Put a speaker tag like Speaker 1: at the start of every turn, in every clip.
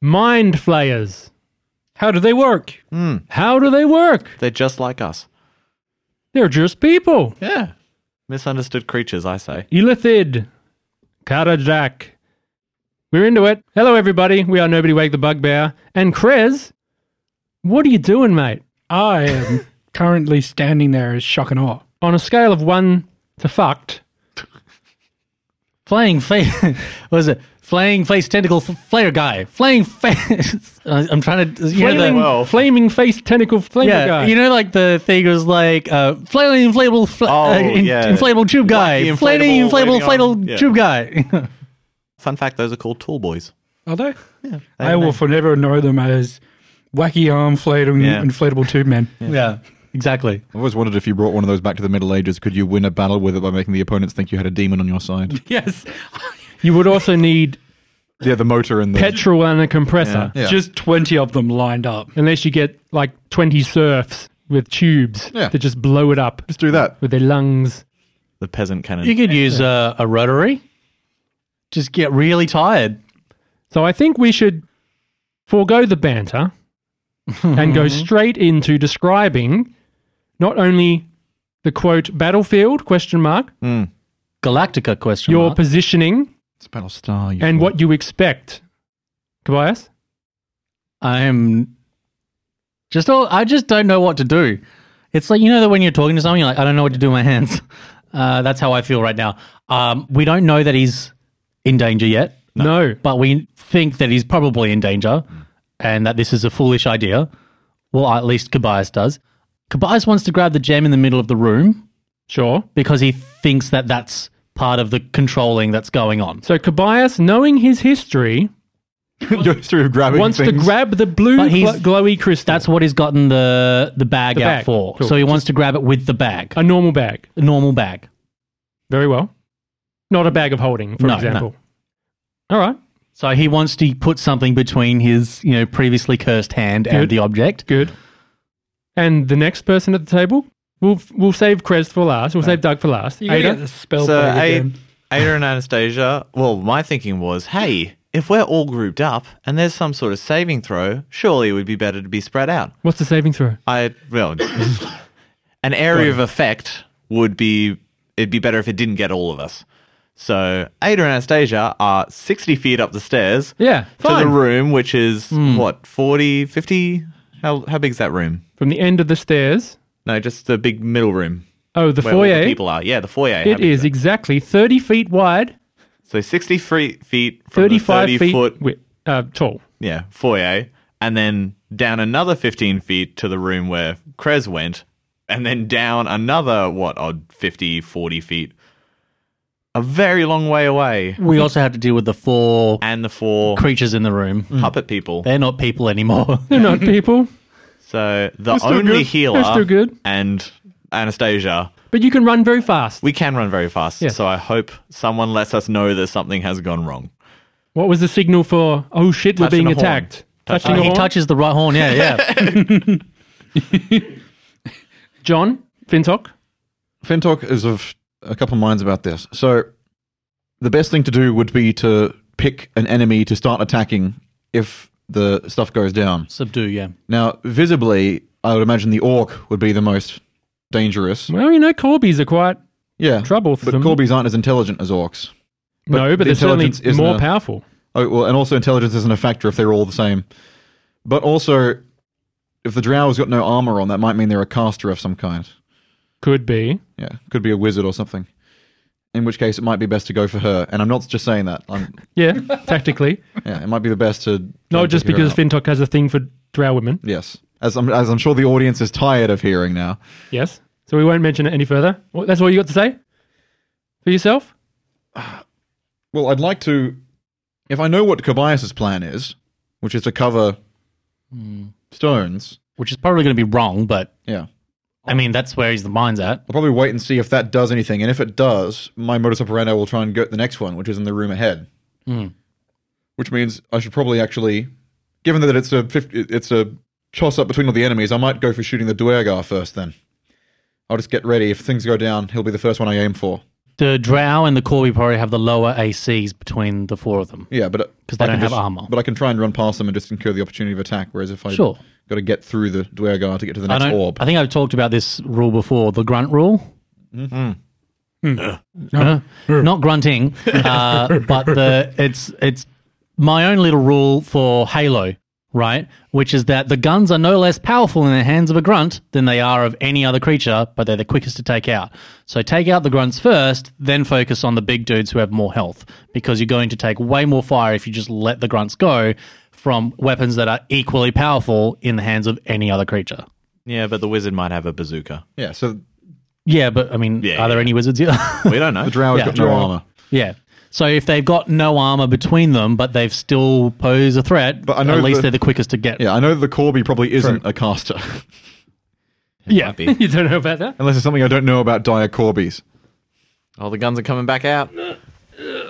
Speaker 1: Mind flayers. How do they work? How do they work?
Speaker 2: They're just like us.
Speaker 1: They're just people.
Speaker 2: Yeah. Misunderstood creatures, I say.
Speaker 1: Elithid. Karajak. We're into it. Hello, everybody. We are Nobody Wake the Bugbear. And Krez, what are you doing, mate?
Speaker 3: I am currently standing there as shock and awe.
Speaker 1: On a scale of one to fucked,
Speaker 4: Flying face. what is it? Flying face tentacle f- flare guy. Flying face. I'm trying to. You know,
Speaker 1: flaming,
Speaker 4: the,
Speaker 2: well.
Speaker 1: flaming face tentacle flamer
Speaker 4: yeah,
Speaker 1: guy.
Speaker 4: you know, like the thing was like uh, flailing inflatable, fl-
Speaker 2: Oh,
Speaker 4: uh, in-
Speaker 2: yeah.
Speaker 4: inflatable tube guy,
Speaker 2: Wacky inflatable
Speaker 4: flailing inflatable,
Speaker 2: waiting on-
Speaker 4: inflatable
Speaker 2: yeah.
Speaker 4: tube guy.
Speaker 2: Fun fact those are called tall boys.
Speaker 3: Are they? Yeah. I will forever know them as wacky arm flailing
Speaker 2: Yeah.
Speaker 3: inflatable tube men.
Speaker 4: yeah, exactly.
Speaker 5: I've always wondered if you brought one of those back to the Middle Ages, could you win a battle with it by making the opponents think you had a demon on your side?
Speaker 3: Yes.
Speaker 1: you would also need
Speaker 5: yeah, the motor and the.
Speaker 1: petrol and a compressor.
Speaker 5: Yeah.
Speaker 3: Just 20 of them lined up.
Speaker 1: Unless you get like 20 serfs with tubes
Speaker 5: Yeah.
Speaker 1: that just blow it up
Speaker 5: Just do that.
Speaker 1: with their lungs.
Speaker 2: The peasant cannon.
Speaker 4: You could use uh, a rotary. Just get really tired.
Speaker 1: So I think we should forego the banter and go straight into describing not only the quote battlefield question mark
Speaker 4: Galactica question.
Speaker 1: your
Speaker 4: mark.
Speaker 1: positioning
Speaker 5: It's a battle star. You
Speaker 1: and
Speaker 5: fool.
Speaker 1: what you expect. Tobias,
Speaker 4: I'm just all, I just don't know what to do. It's like you know that when you're talking to someone, you're like, I don't know what to do with my hands. Uh, that's how I feel right now. Um, we don't know that he's in danger yet,
Speaker 1: no.
Speaker 4: but we think that he's probably in danger, and that this is a foolish idea. Well, at least Kobayas does. Kobayas wants to grab the gem in the middle of the room
Speaker 1: Sure.
Speaker 4: because he thinks that that's part of the controlling that's going on.
Speaker 1: So Tobias, knowing his history,
Speaker 5: your history of grabbing
Speaker 1: wants to
Speaker 5: things.
Speaker 1: grab the blue
Speaker 4: But
Speaker 1: gl-
Speaker 4: he's-
Speaker 1: glowy crystal.
Speaker 4: That's what he's gotten the the bag
Speaker 1: The
Speaker 4: out
Speaker 1: bag.
Speaker 4: for.
Speaker 1: Cool.
Speaker 4: So he wants to grab it with the bag,
Speaker 1: a normal bag.
Speaker 4: a normal bag.
Speaker 1: Very well. Not a bag of holding, for
Speaker 4: No,
Speaker 1: example. All right.
Speaker 4: So he wants to put something between his, you know, previously cursed hand
Speaker 1: Good.
Speaker 4: and the object.
Speaker 1: Good. And the next person at the table, we'll we'll save Krez for last. We'll save Doug for last.
Speaker 3: You Ada?
Speaker 1: Ada,
Speaker 3: the spell
Speaker 2: so
Speaker 3: bag
Speaker 2: A-
Speaker 3: again.
Speaker 2: Ada and Anastasia. Well, my thinking was, hey, if we're all grouped up and there's some sort of saving throw, surely it would be better to be spread out.
Speaker 1: what's the saving throw?
Speaker 2: I well, an area of effect would be it'd be better if it didn't get all of us. So Ada and Anastasia are 60 feet up the stairs
Speaker 1: Yeah,
Speaker 2: to
Speaker 1: fine.
Speaker 2: the room, which is what 40, 50. How how big's that room?
Speaker 1: From the end of the stairs.
Speaker 2: No, just the big middle room
Speaker 1: Oh, the
Speaker 2: where all
Speaker 1: foyer.
Speaker 2: the people are. Yeah, the foyer. How
Speaker 1: it
Speaker 2: big
Speaker 1: is exactly 30 feet wide,
Speaker 2: So 60 free- feet from
Speaker 1: 35
Speaker 2: the 30
Speaker 1: feet
Speaker 2: foot
Speaker 1: wi- uh, tall.
Speaker 2: yeah, foyer, and then down another 15 feet to the room where Krez went, and then down another, what, odd 50, 40 feet. A very long way away.
Speaker 4: We also have to deal with the four
Speaker 2: And the four Hmm.
Speaker 4: creatures in the room.
Speaker 2: puppet people.
Speaker 4: They're not people anymore. Uh,
Speaker 1: They're not people,
Speaker 2: So the
Speaker 1: still
Speaker 2: only
Speaker 1: good.
Speaker 2: healer
Speaker 1: That's still good.
Speaker 2: and Anastasia.
Speaker 1: but you can run very fast.
Speaker 2: We can run very fast,
Speaker 1: Yes.
Speaker 2: so I hope someone lets us know that something has gone wrong.
Speaker 1: what was the signal for, oh shit, we're
Speaker 2: Touching
Speaker 1: being
Speaker 2: a horn.
Speaker 1: attacked? Touching a
Speaker 4: Uh, he
Speaker 1: horn?
Speaker 4: touches the right horn. Yeah, yeah.
Speaker 1: John, Fintok,
Speaker 5: Fintok is of a couple of minds about this. So, the best thing to do would be to pick an enemy to start attacking if the stuff goes down.
Speaker 4: Subdue, yeah.
Speaker 5: Now, visibly, I would imagine the orc would be the most dangerous.
Speaker 1: well, you know, Corbies are quite,
Speaker 5: Yeah,
Speaker 1: Trouble for
Speaker 5: But
Speaker 1: them.
Speaker 5: Corbies aren't as intelligent as orcs.
Speaker 1: no, but
Speaker 5: the
Speaker 1: they're certainly
Speaker 5: intelligence isn't
Speaker 1: more
Speaker 5: a-
Speaker 1: powerful.
Speaker 5: Oh, well, and also intelligence isn't a factor if they're all the same. But also, if the drow has got no armor on, that might mean they're a caster of some kind.
Speaker 1: Could be.
Speaker 5: Yeah, could be a wizard or something. In which case, it might be best to go for her. And I'm not just saying that. I'm,
Speaker 1: Yeah, tactically.
Speaker 5: yeah, it might be the best to
Speaker 1: No,
Speaker 5: to
Speaker 1: just
Speaker 5: hear
Speaker 1: because
Speaker 5: out.
Speaker 1: Fintok has a thing for drow women.
Speaker 5: yes, as I'm as I'm sure the audience is tired of hearing now.
Speaker 1: Yes. So we won't mention it any further. Well, That's all you got to say for yourself?
Speaker 5: Well, I'd like to, if I know what Kobayas's plan is, which is to cover
Speaker 1: Hmm.
Speaker 5: stones.
Speaker 4: Which is probably going to be wrong, but
Speaker 5: Yeah,
Speaker 4: I mean, that's where his mind's at.
Speaker 5: I'll probably wait and see if that does anything. And if it does, my modus operandi will try and go to the next one, which is in the room ahead.
Speaker 4: Hmm.
Speaker 5: Which means I should probably actually, given that it's a 50, it's a toss up between all the enemies, I might go for shooting the Duergar first. Then I'll just get ready. If things go down, he'll be the first one I aim for.
Speaker 4: the Drow and the Corby probably have the lower ACs between the four of them.
Speaker 5: Yeah, but uh,
Speaker 4: 'Cause they
Speaker 5: I
Speaker 4: don't
Speaker 5: can
Speaker 4: have
Speaker 5: just-
Speaker 4: armor.
Speaker 5: But I can try and run past them and just incur the opportunity of attack. Whereas if I
Speaker 4: Sure.
Speaker 5: got to get through the Dwergar to get to the
Speaker 4: I
Speaker 5: next
Speaker 4: don't.
Speaker 5: orb,
Speaker 4: I think I've talked about this rule before. The grunt rule. Uh, not grunting, uh, but the it's it's my own little rule for Halo, right? Which is that the guns are no less powerful in the hands of a grunt than they are of any other creature, but they're the quickest to take out. So take out the grunts first, then focus on the big dudes who have more health, because you're going to take way more fire if you just let the grunts go from weapons that are equally powerful in the hands of any other creature.
Speaker 2: Yeah, but the wizard might have a bazooka.
Speaker 5: yeah. So
Speaker 4: Yeah, but I mean,
Speaker 2: Yeah,
Speaker 4: are there
Speaker 2: yeah.
Speaker 4: any wizards here?
Speaker 2: We don't know.
Speaker 5: the Drow has
Speaker 4: Yeah.
Speaker 5: got no
Speaker 4: Drow.
Speaker 5: armor.
Speaker 4: Yeah. So if they've got no armor between them, but they've still pose a threat,
Speaker 5: But I know
Speaker 4: at least
Speaker 5: the-
Speaker 4: they're the quickest to get.
Speaker 5: Yeah, I know that the Corby probably isn't a caster,
Speaker 1: Yeah,
Speaker 2: be.
Speaker 1: you don't know about that.
Speaker 5: unless it's something I don't know about dire Corbies.
Speaker 2: All the guns are coming back out.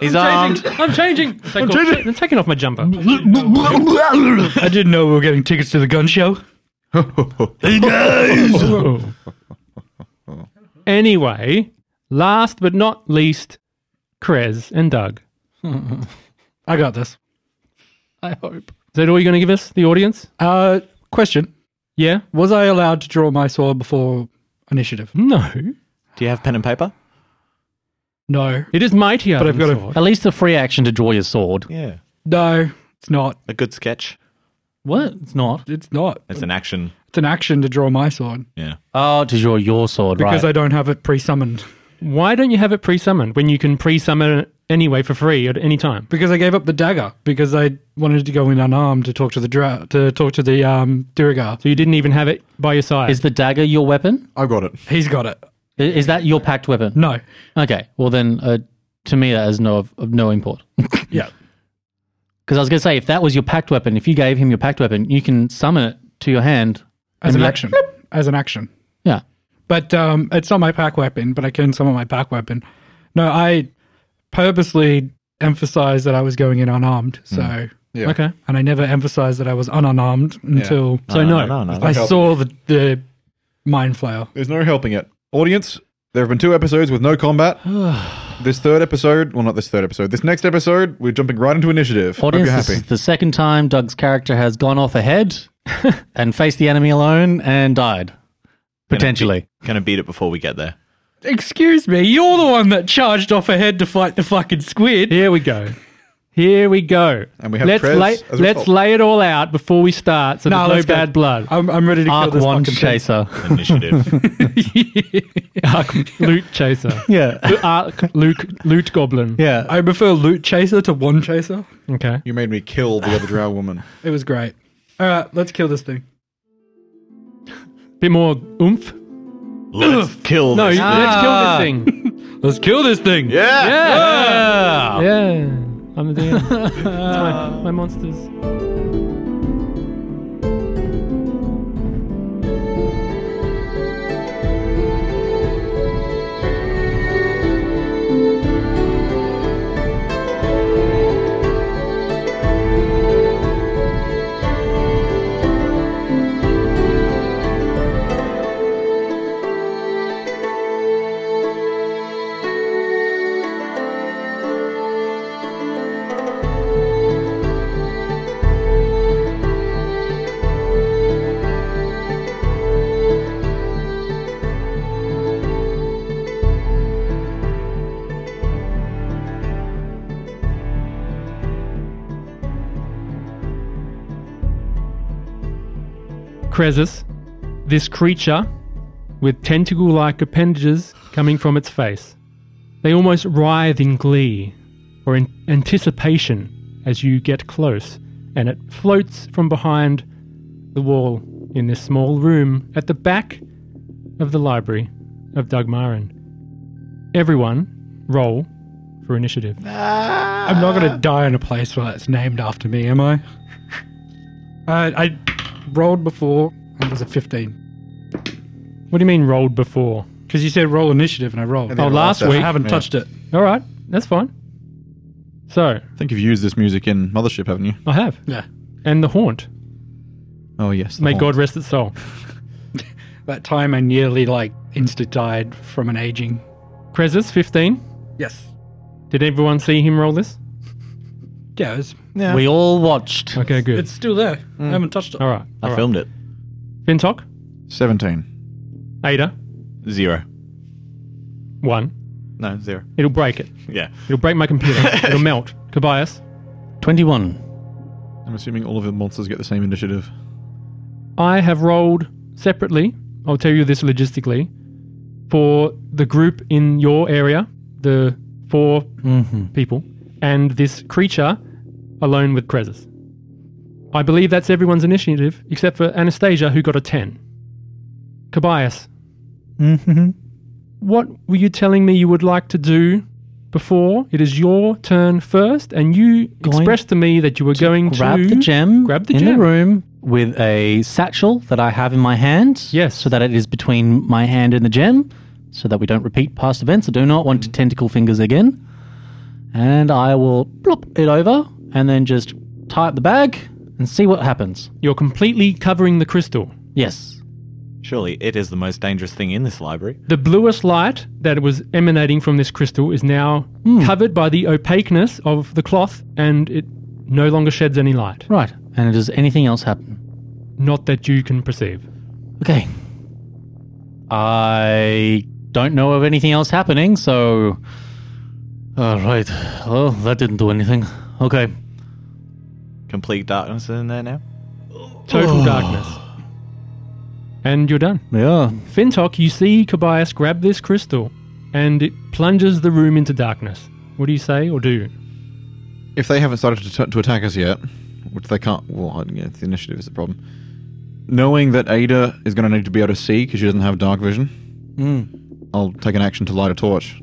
Speaker 2: He's
Speaker 1: I'm
Speaker 2: armed.
Speaker 1: changing. I'm changing. I take off- I'm taking off my jumper.
Speaker 3: I didn't know we were getting tickets to the gun show.
Speaker 1: Anyway, last but not least, Krez and Doug.
Speaker 3: I got this.
Speaker 4: I hope.
Speaker 1: Is that all you're going to give us, the audience?
Speaker 3: Uh, question:
Speaker 1: Yeah?
Speaker 3: Was I allowed to draw my sword before initiative?
Speaker 1: No.
Speaker 2: Do you have pen and paper?
Speaker 3: No,
Speaker 1: It is mightier.
Speaker 3: But I've
Speaker 1: than
Speaker 3: got a-
Speaker 1: sword.
Speaker 4: At least a free action to draw your sword.
Speaker 2: Yeah.
Speaker 3: no, it's not.
Speaker 2: A good sketch.
Speaker 4: What? It's not.
Speaker 3: It's not.
Speaker 2: It's an action.
Speaker 3: It's an action to draw my sword
Speaker 2: Yeah.
Speaker 4: Oh, to draw your sword,
Speaker 3: because
Speaker 4: right?
Speaker 3: I don't have it pre-summoned.
Speaker 1: Why don't you have it pre summoned when you can pre summon it anyway for free at any time?
Speaker 3: Because I gave up the dagger because I wanted to go in unarmed to talk to the dra- to talk to the um Duragar.
Speaker 1: So you didn't even have it by your side.
Speaker 4: is the dagger your weapon?
Speaker 5: I've got it.
Speaker 3: He's got it.
Speaker 4: I- Is that your packed weapon?
Speaker 3: No.
Speaker 4: Okay. Well, then, uh, to me, that is no of, of no import.
Speaker 3: Yeah.
Speaker 4: Because I was going to say, if that was your packed weapon, if you gave him your packed weapon, you can summon it to your hand.
Speaker 3: As
Speaker 4: And
Speaker 3: an
Speaker 4: that-
Speaker 3: action. As an action.
Speaker 4: Yeah.
Speaker 3: But um, it's not my pack weapon, but I can summon my pack weapon. No, I purposely emphasized that I was going in unarmed. So,
Speaker 5: Yeah.
Speaker 1: okay.
Speaker 3: and I never emphasized that I was unarmed until
Speaker 1: So no.
Speaker 2: No, no,
Speaker 3: I
Speaker 5: helping.
Speaker 3: saw the, the mind flayer.
Speaker 5: There's no helping it. Audience, there have been two episodes with no combat. this third episode, well, not this third episode. This next episode, we're jumping right into initiative.
Speaker 4: Audience,
Speaker 5: Hope
Speaker 4: this
Speaker 5: you're
Speaker 4: is
Speaker 5: happy.
Speaker 4: the second time Doug's character has gone off ahead and faced the enemy alone and died. Potentially.
Speaker 2: Gonna beat it before we get there.
Speaker 3: Excuse me, you're the one that charged off ahead to fight the fucking squid.
Speaker 1: Here we go. Here we go.
Speaker 5: And we have
Speaker 1: let's
Speaker 5: Krez
Speaker 1: lay,
Speaker 5: as a
Speaker 1: let's
Speaker 5: result.
Speaker 1: lay it all out before we start, so
Speaker 3: Nah,
Speaker 1: there's
Speaker 3: let's
Speaker 1: no
Speaker 3: go.
Speaker 1: bad blood.
Speaker 3: I'm, I'm ready to
Speaker 4: Arc
Speaker 3: kill this
Speaker 4: one
Speaker 3: fucking thing.
Speaker 4: chaser.
Speaker 2: Initiative.
Speaker 1: Arc loot chaser.
Speaker 4: yeah.
Speaker 1: Arc Luke loot goblin.
Speaker 4: Yeah.
Speaker 3: I prefer loot chaser to one chaser.
Speaker 1: Okay.
Speaker 5: You made me kill the other drow woman.
Speaker 3: It was great. All right, let's kill this thing.
Speaker 1: Bit more oomph.
Speaker 2: Let's kill
Speaker 1: No,
Speaker 2: this.
Speaker 1: let's kill this thing.
Speaker 3: Let's kill this thing.
Speaker 2: yeah.
Speaker 1: Yeah. I'm the DM. it's my, my monsters. Cresus, this creature with tentacle like appendages coming from its face. They almost writhe in glee or in anticipation as you get close, and it floats from behind the wall in this small room at the back of the library of Dugmaran. Everyone, roll for initiative.
Speaker 3: I'm not gonna die in a place where it's named after me, am I? I, I rolled before and it was a 15
Speaker 1: What do you mean rolled before?
Speaker 3: because you said roll initiative and I rolled.
Speaker 5: then
Speaker 1: Oh, last
Speaker 5: after-
Speaker 1: week.
Speaker 3: I haven't
Speaker 5: Yeah.
Speaker 3: touched it.
Speaker 1: All right, that's fine. So,
Speaker 5: I think you've used this music in Mothership, haven't you?
Speaker 1: I have.
Speaker 3: Yeah,
Speaker 1: And the haunt.
Speaker 5: Oh, yes. the
Speaker 1: May
Speaker 5: whole-
Speaker 1: God rest its soul.
Speaker 3: that time I nearly like insta died from an aging.
Speaker 1: Krezus, 15.
Speaker 3: Yes.
Speaker 1: Did everyone see him roll this?
Speaker 3: Yeah, it's,
Speaker 2: Yeah.
Speaker 4: We all watched.
Speaker 1: Okay, good.
Speaker 3: it's still there. I haven't touched it.
Speaker 1: all right.
Speaker 2: I filmed it.
Speaker 1: Fintok,
Speaker 5: 17.
Speaker 1: Ada,
Speaker 2: Zero.
Speaker 1: one.
Speaker 2: No, zero.
Speaker 1: It'll break it.
Speaker 2: Yeah.
Speaker 1: It'll break my computer. It'll melt. Kobayas,
Speaker 4: 21.
Speaker 5: I'm assuming all of the monsters get the same initiative.
Speaker 1: I have rolled separately. I'll tell you this logistically. For the group in your area, the 4
Speaker 4: Mm-hmm.
Speaker 1: people, and this creature alone with Krezus. I believe that's everyone's initiative, except for Anastasia, who got a 10. Kobayas,
Speaker 4: Mm-hmm.
Speaker 1: what were you telling me you would like to do before? It is your turn first, and you
Speaker 4: Going
Speaker 1: expressed to me that you were going
Speaker 4: grab
Speaker 1: to
Speaker 4: the gem
Speaker 1: grab the
Speaker 4: in
Speaker 1: gem.
Speaker 4: the room with a satchel that I have in my hand.
Speaker 1: Yes.
Speaker 4: So that it is between my hand and the gem, so that we don't repeat past events. I do not want tentacle fingers again. And I will plop it over and then just tie up the bag and see what happens.
Speaker 1: You're completely covering the crystal.
Speaker 4: Yes.
Speaker 2: Surely it is the most dangerous thing in this library.
Speaker 1: The bluest light that was emanating from this crystal is now covered by the opaqueness of the cloth, and it no longer sheds any light.
Speaker 4: Right. And does anything else happen?
Speaker 1: Not that you can perceive.
Speaker 4: Okay. I don't know of anything else happening, so. All right. Oh, that didn't do anything. Okay.
Speaker 2: Complete darkness in there now.
Speaker 1: Total darkness. And you're done.
Speaker 4: Yeah.
Speaker 1: Fintok, you see Kobayas grab this crystal, and it plunges the room into darkness. What do you say or do?
Speaker 5: If they haven't started to, t- to attack us yet, which they can't, well, I- yeah, the initiative is the problem. Knowing that Ada is going to need to be able to see because she doesn't have dark vision,
Speaker 1: Hmm.
Speaker 4: Mm.
Speaker 5: I'll take an action to light a torch.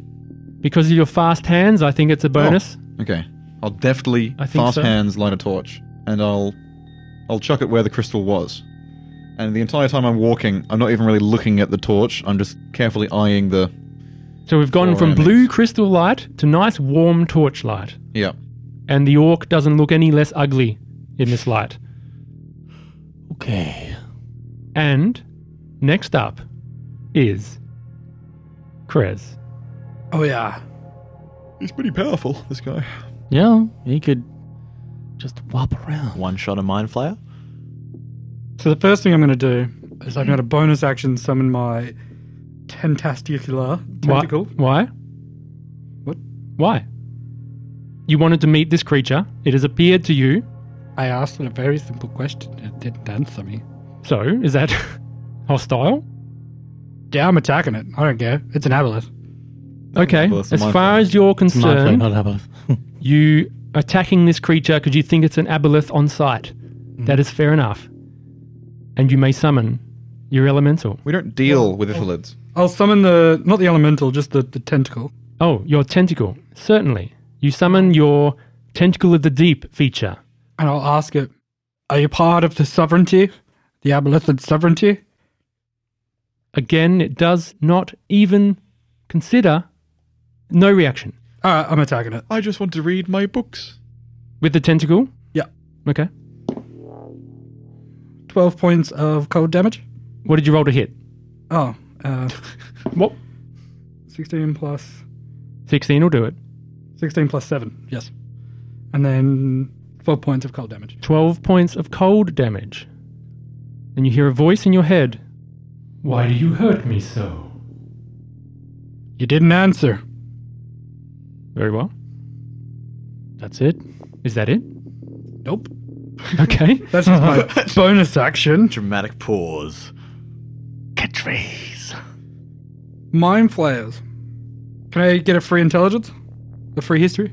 Speaker 1: Because of your fast hands, I think it's a bonus.
Speaker 5: Okay. I'll deftly,
Speaker 1: I think
Speaker 5: fast
Speaker 1: so.
Speaker 5: hands, light a torch, and I'll, I'll chuck it where the crystal was. And the entire time I'm walking, I'm not even really looking at the torch. I'm just carefully eyeing the.
Speaker 1: So we've gone
Speaker 5: Four
Speaker 1: from
Speaker 5: enemies.
Speaker 1: blue crystal light to nice warm torchlight.
Speaker 5: Yeah.
Speaker 1: And the orc doesn't look any less ugly in this light.
Speaker 4: Okay.
Speaker 1: And next up is Krez.
Speaker 3: Oh, yeah.
Speaker 5: He's pretty powerful, this guy.
Speaker 4: Yeah, he could just whop around.
Speaker 2: One shot of mind flayer.
Speaker 3: So the first thing I'm going to do is I'm going to bonus action summon my tentasticular tentacle.
Speaker 1: Why?
Speaker 3: What?
Speaker 1: Why? You wanted to meet this creature. It has appeared to you.
Speaker 3: I asked it a very simple question. It didn't answer me.
Speaker 1: So is that hostile?
Speaker 3: Yeah, I'm attacking it. I don't care. It's an aboleth.
Speaker 1: Okay.
Speaker 5: well, it's
Speaker 1: as
Speaker 5: my
Speaker 1: far
Speaker 5: fault.
Speaker 1: as you're
Speaker 4: Mind flare,
Speaker 1: concerned,
Speaker 4: not aboleth.
Speaker 1: you attacking this creature because you think it's an aboleth on sight.
Speaker 5: Mm.
Speaker 1: That is fair enough. And you may summon your elemental.
Speaker 5: We don't deal with Ithalids.
Speaker 3: I'll summon the not the elemental, just the, the tentacle.
Speaker 1: Oh, your tentacle. Certainly. You summon your tentacle of the deep feature.
Speaker 3: And I'll ask it, Are you part of the sovereignty? The abolethid sovereignty?
Speaker 1: Again, it does not even consider no reaction
Speaker 3: Alright, I'm attacking it.
Speaker 5: I just want to read my books.
Speaker 1: with the tentacle.
Speaker 3: Yeah.
Speaker 1: Okay.
Speaker 3: Twelve points of cold damage.
Speaker 1: What did you roll to hit?
Speaker 3: Oh. Uh,
Speaker 1: What?
Speaker 3: sixteen plus
Speaker 1: 16 will do it.
Speaker 3: 16 plus 7, yes. And then 4 points of cold damage.
Speaker 1: 12 points of cold damage. And you hear a voice in your head. Why do you hurt me so?
Speaker 3: You didn't answer.
Speaker 1: Very well.
Speaker 4: That's it.
Speaker 1: Is that it?
Speaker 3: Nope.
Speaker 1: Okay.
Speaker 3: That's just my bonus action.
Speaker 2: Dramatic pause.
Speaker 4: Catchphrase.
Speaker 3: Mind flayers. Can I get a free intelligence? A free history?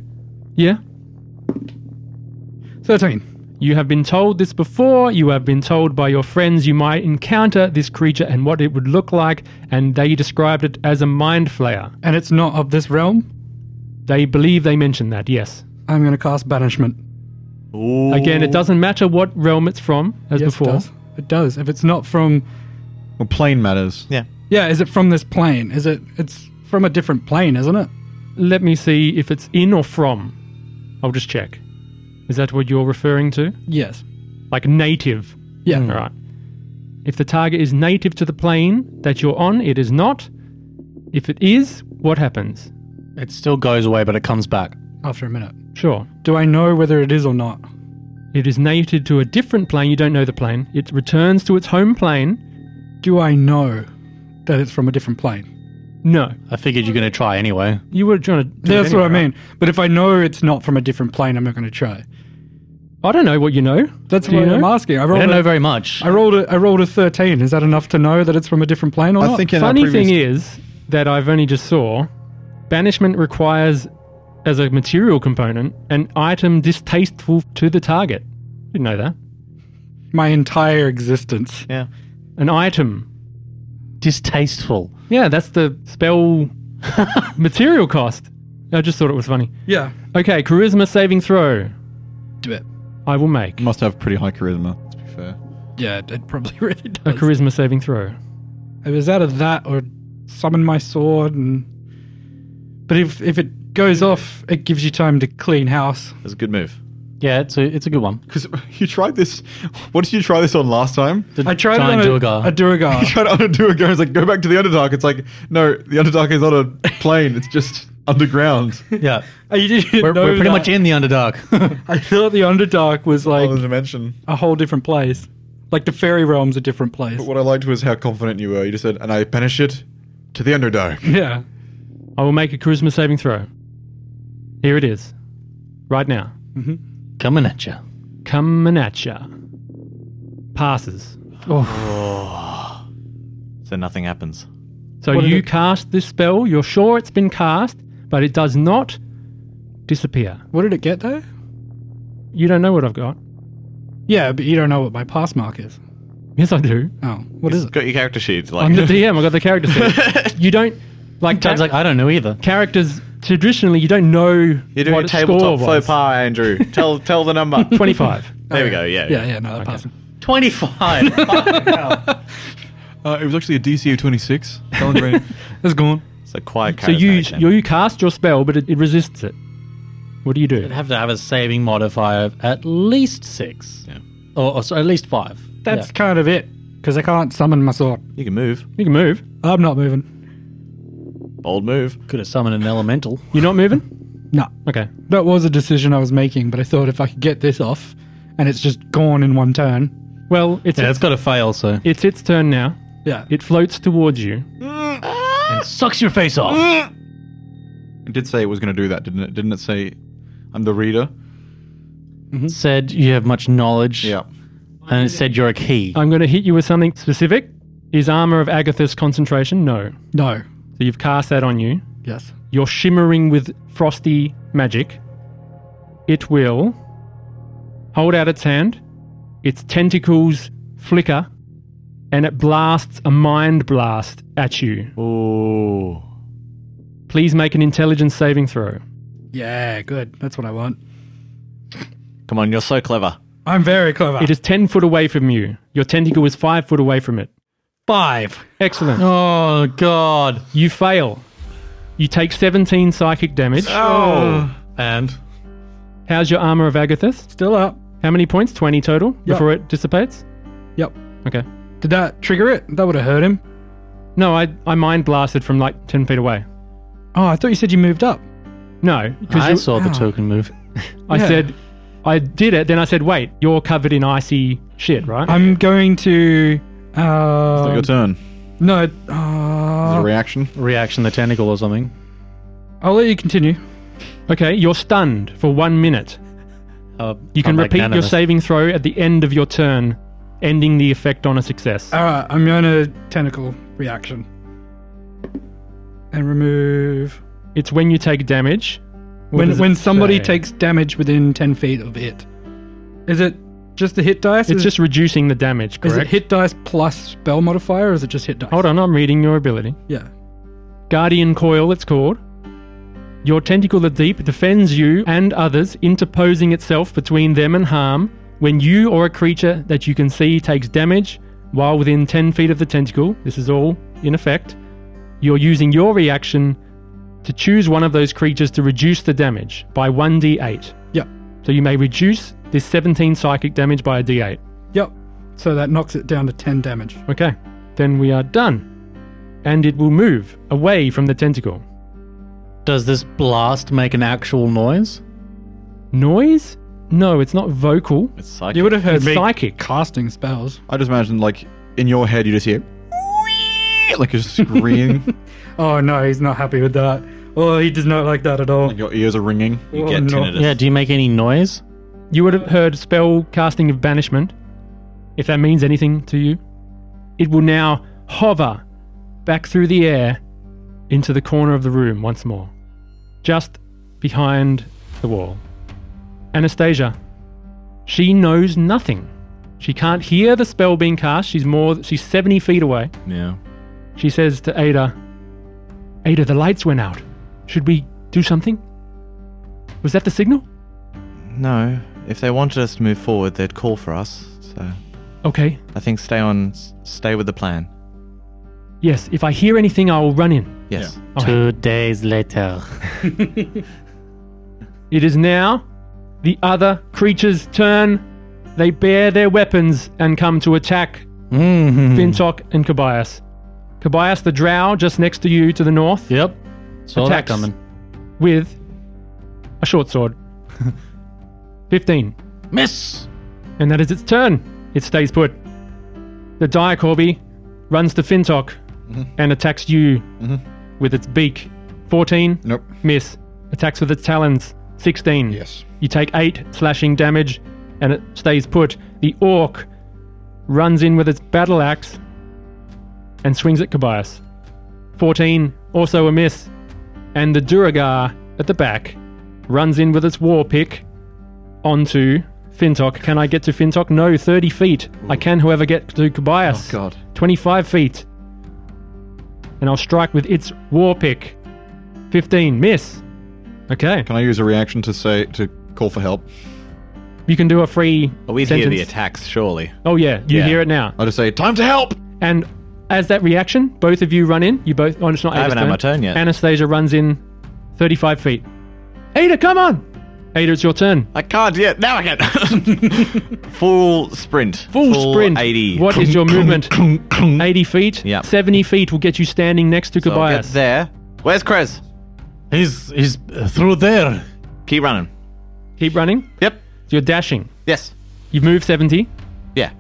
Speaker 1: yeah.
Speaker 3: 13.
Speaker 1: You have been told this before. You have been told by your friends you might encounter this creature and what it would look like, and they described it as a mind flayer.
Speaker 3: And it's not of this realm.
Speaker 1: They believe they mentioned that, yes.
Speaker 3: I'm going to cast banishment.
Speaker 2: Ooh.
Speaker 1: Again, it doesn't matter what realm it's from, as
Speaker 3: Yes,
Speaker 1: before.
Speaker 3: it does. It does. If it's not from.
Speaker 5: Well, plain matters.
Speaker 2: Yeah.
Speaker 3: Yeah, is it from this plane? Is it. It's from a different plane, isn't it?
Speaker 1: Let me see if it's in or from. I'll just check. Is that what you're referring to?
Speaker 3: Yes.
Speaker 1: Like native.
Speaker 3: Yeah.
Speaker 1: All right. If the target is native to the plane that you're on, it is not. If it is, what happens?
Speaker 4: It still goes away, but it comes back.
Speaker 3: after a minute.
Speaker 1: Sure.
Speaker 3: Do I know whether it is or not?
Speaker 1: It is native to a different plane. You don't know the plane. It returns to its home plane.
Speaker 3: Do I know that it's from a different plane?
Speaker 1: No.
Speaker 4: I figured you're going to try anyway.
Speaker 1: You were trying to. do it
Speaker 3: That's what I
Speaker 1: anyway,
Speaker 3: mean. But if I know it's not from a different plane, I'm not going to try.
Speaker 1: right? I don't know what you know.
Speaker 3: That's
Speaker 1: Do
Speaker 3: what
Speaker 1: you
Speaker 3: I'm
Speaker 1: know?
Speaker 3: asking. I
Speaker 4: I
Speaker 3: rolled,
Speaker 4: don't know
Speaker 3: a,
Speaker 4: very much.
Speaker 3: I rolled a I rolled a 13. Is that enough to know that it's from a different plane or
Speaker 5: I
Speaker 3: not?
Speaker 5: think in
Speaker 1: Funny
Speaker 5: our previous,
Speaker 1: thing is that I've only just saw banishment requires as a material component an item distasteful to the target. Didn't know that.
Speaker 3: My entire existence.
Speaker 2: Yeah.
Speaker 1: An item.
Speaker 4: Distasteful.
Speaker 1: Yeah, that's the spell material cost. I just thought it was funny.
Speaker 3: Yeah.
Speaker 1: Okay, charisma saving throw.
Speaker 3: Do it.
Speaker 1: I will make
Speaker 5: must have pretty high charisma. To be fair,
Speaker 3: Yeah, it- it probably really
Speaker 1: a
Speaker 3: does.
Speaker 1: charisma saving throw.
Speaker 3: It was out of that or summon my sword and But if if it goes off, it gives you time to clean house.
Speaker 2: That's a good move.
Speaker 4: Yeah, it's a, it's a good one.
Speaker 5: because you tried this. What did you try this on last time?
Speaker 4: The
Speaker 3: I tried
Speaker 4: giant
Speaker 3: it on
Speaker 4: Duergar.
Speaker 3: a, a Duergar.
Speaker 5: You tried to undo a go. It's like go back to the Underdark. It's like no, the Underdark is not a plane. It's just underground.
Speaker 4: yeah,
Speaker 3: I didn't
Speaker 4: we're,
Speaker 3: know
Speaker 4: we're pretty
Speaker 3: that.
Speaker 4: much in the Underdark.
Speaker 3: I thought the Underdark was like
Speaker 5: Another dimension.
Speaker 3: a whole different place. Like the fairy realm's a different place.
Speaker 5: But what I liked was how confident you were. You just said, "And I banish it to the Underdark."
Speaker 3: Yeah.
Speaker 1: I will make a charisma saving throw. Here it is. Right now.
Speaker 3: Mm-hmm.
Speaker 4: Coming at you.
Speaker 1: Coming at ya. Passes.
Speaker 3: Oh.
Speaker 2: So nothing happens.
Speaker 1: So
Speaker 3: What did
Speaker 1: you
Speaker 3: it-
Speaker 1: cast this spell. You're sure it's been cast, but it does not disappear.
Speaker 3: What did it get though?
Speaker 1: You don't know what I've got.
Speaker 3: Yeah, but you don't know what my pass mark is.
Speaker 1: Yes, I do.
Speaker 3: Oh, what is it?
Speaker 2: Got your character sheet.
Speaker 1: I'm
Speaker 2: Like,
Speaker 1: the DM. I got the character set. you don't like
Speaker 4: Tad's
Speaker 1: cha-
Speaker 4: like, I don't know either.
Speaker 1: characters. Traditionally, you don't know
Speaker 2: you're doing
Speaker 1: what
Speaker 2: a
Speaker 1: its score
Speaker 2: tabletop
Speaker 1: was.
Speaker 2: faux pas, Andrew. tell tell the number.
Speaker 1: Twenty-five.
Speaker 2: There we go. Yeah.
Speaker 3: Yeah, yeah, no, that passes.
Speaker 4: 25.
Speaker 5: Uh, it was actually a DC of twenty six.
Speaker 3: It's gone.
Speaker 2: It's a quiet
Speaker 1: so
Speaker 2: character.
Speaker 1: you you you cast your spell, but it, it resists it. What do you do?
Speaker 4: It'd have to have a saving modifier of at least six.
Speaker 2: Yeah.
Speaker 4: Or, or so at least five.
Speaker 3: That's kind of it. Because I can't summon my sword.
Speaker 2: you can move.
Speaker 1: You can move.
Speaker 3: I'm not moving.
Speaker 2: Bold move.
Speaker 4: Could have summoned an elemental.
Speaker 1: You're not moving.
Speaker 3: No.
Speaker 1: Okay.
Speaker 3: That was a decision I was making, but I thought if I could get this off and it's just gone in one turn.
Speaker 1: Well, it's
Speaker 4: Yeah,
Speaker 1: its,
Speaker 4: it's got to fail, so.
Speaker 1: it's its turn now.
Speaker 3: Yeah.
Speaker 1: It floats towards you.
Speaker 4: It sucks your face off.
Speaker 5: It did say it was going to do that, didn't it? Didn't it say, "I'm the reader"?
Speaker 4: Said you have much knowledge.
Speaker 5: Yeah.
Speaker 4: And it said you're a key.
Speaker 1: I'm going to hit you with something specific. Is armor of Agatha's concentration? No.
Speaker 3: No.
Speaker 1: So you've cast that on you.
Speaker 3: Yes.
Speaker 1: You're shimmering with frosty magic. It will hold out its hand. Its tentacles flicker, and it blasts a mind blast at you.
Speaker 2: Ooh.
Speaker 1: Please make an intelligence saving throw.
Speaker 3: Yeah, good. That's what I want.
Speaker 2: Come on, you're so clever.
Speaker 3: I'm very clever.
Speaker 1: It is ten foot away from you. Your tentacle is five foot away from it.
Speaker 3: five.
Speaker 1: Excellent.
Speaker 4: Oh, God.
Speaker 1: You fail. You take 17 psychic damage.
Speaker 2: Oh.
Speaker 4: And
Speaker 1: How's your armor of Agathis?
Speaker 3: Still up.
Speaker 1: How many points? 20 total before it dissipates?
Speaker 3: Yep.
Speaker 1: Okay.
Speaker 3: Did that trigger it? That would have hurt him.
Speaker 1: No, I, I mind blasted from like 10 feet away.
Speaker 3: Oh, I thought you said you moved up.
Speaker 1: No, because
Speaker 4: I
Speaker 1: you-
Speaker 4: saw the
Speaker 3: Ow.
Speaker 4: token move.
Speaker 1: I
Speaker 3: yeah.
Speaker 1: said, I did it. Then I said, wait, you're covered in icy shit, right?
Speaker 3: I'm going to. Uh,
Speaker 5: your turn.
Speaker 3: no.
Speaker 5: The
Speaker 3: Uh,
Speaker 5: reaction.
Speaker 4: Reaction, the tentacle or something.
Speaker 3: I'll let you continue.
Speaker 1: okay, you're stunned for one minute.
Speaker 4: Uh,
Speaker 1: You can
Speaker 4: I'm
Speaker 1: repeat your
Speaker 4: magnanimous.
Speaker 1: saving throw at the end of your turn, ending the effect on a success.
Speaker 3: All right, I'm going to tentacle reaction and remove
Speaker 1: it's when you take damage. What
Speaker 3: when
Speaker 1: does it
Speaker 3: when somebody
Speaker 1: say?
Speaker 3: takes damage within ten feet of it. Is it just the hit dice?
Speaker 1: It's
Speaker 3: is,
Speaker 1: just reducing the damage,
Speaker 3: is
Speaker 1: correct?
Speaker 3: it hit dice plus spell modifier, or is it just hit dice?
Speaker 1: Hold on, I'm reading your ability.
Speaker 3: Yeah.
Speaker 1: Guardian Coil, it's called. Your tentacle, the deep, defends you and others, interposing itself between them and harm when you or a creature that you can see takes damage while within 10 feet of the tentacle. This is all in effect. You're using your reaction to choose one of those creatures to reduce the damage by 1d8.
Speaker 3: Yep.
Speaker 1: So you may reduce this 17 psychic damage by a d8.
Speaker 3: Yep. So that knocks it down to ten damage.
Speaker 1: Okay, then we are done. And it will move away from the tentacle.
Speaker 4: Does this blast make an actual noise?
Speaker 1: Noise? No, it's not vocal.
Speaker 2: It's psychic.
Speaker 3: You would have heard
Speaker 1: It's
Speaker 3: me
Speaker 1: psychic.
Speaker 3: casting spells.
Speaker 5: I just imagine like in your head you just hear like you're screaming,
Speaker 3: Oh no, he's not happy with that. Oh, he does not like that at all.
Speaker 5: like your ears are ringing.
Speaker 2: you
Speaker 3: Oh,
Speaker 2: get
Speaker 3: no.
Speaker 2: tinnitus.
Speaker 4: Yeah, do you make any noise?
Speaker 1: You would have heard spell casting of banishment, if that means anything to you. It will now hover back through the air into the corner of the room once more, just behind the wall. Anastasia, she knows nothing. She can't hear the spell being cast. She's more. She's seventy feet away.
Speaker 2: yeah.
Speaker 1: She says to Ada, Ada, the lights went out. Should we do something? Was that the signal?
Speaker 2: No. If they wanted us to move forward, they'd call for us. So
Speaker 1: Okay.
Speaker 2: I think stay on, stay with the plan.
Speaker 1: Yes, if I hear anything, I'll run in.
Speaker 2: Yes.
Speaker 1: Okay.
Speaker 4: Two days later.
Speaker 1: It is now the other creature's turn. They bear their weapons and come to attack
Speaker 4: Mhm.
Speaker 1: Fintok and Kobayas. Kobayas, the drow just next to you to the north,
Speaker 4: Yep. Saw
Speaker 1: Attacks.
Speaker 4: that coming.
Speaker 1: with a short sword. 15.
Speaker 4: Miss!
Speaker 1: And that is its turn. It stays put. The Diacorby runs to Fintok and attacks you with its beak. 14,
Speaker 5: Nope.
Speaker 1: miss. Attacks with its talons. 16.
Speaker 5: Yes.
Speaker 1: You take 8 slashing damage and it stays put. The Orc runs in with its battle axe and swings at Kobayas. 14, also a miss. And the Duragar at the back runs in with its war pick onto Fintok. Can I get to Fintok? No, 30 feet. I can, however, get to Kobayas.
Speaker 5: Oh, God.
Speaker 1: 25 feet. And I'll strike with its war pick. 15. Miss. Okay.
Speaker 5: Can I use a reaction to say to call for help?
Speaker 1: You can do a free.
Speaker 2: But we'd
Speaker 1: sentence.
Speaker 2: hear the attacks, surely.
Speaker 1: Oh, yeah. You
Speaker 2: Yeah.
Speaker 1: hear it now.
Speaker 5: I just say time to help.
Speaker 1: And as that reaction, both of you run in. You both. Oh, it's not
Speaker 2: I haven't
Speaker 1: Ada's
Speaker 2: had my turn yet.
Speaker 1: Anastasia runs in 35 feet. Ada, come on. Ada, it's your turn.
Speaker 2: I can't yet. Now I can. Full sprint.
Speaker 1: Full, sprint.
Speaker 2: 80.
Speaker 1: What is your movement? 80 feet.
Speaker 2: Yep.
Speaker 1: 70 feet will get you standing next to
Speaker 2: So I'll
Speaker 1: Kobayas.
Speaker 2: get there. Where's Krez?
Speaker 4: He's, he's through there.
Speaker 2: Keep running.
Speaker 1: Keep running.
Speaker 2: Yep.
Speaker 1: So you're dashing.
Speaker 2: Yes.
Speaker 1: You've moved 70.
Speaker 2: Yeah.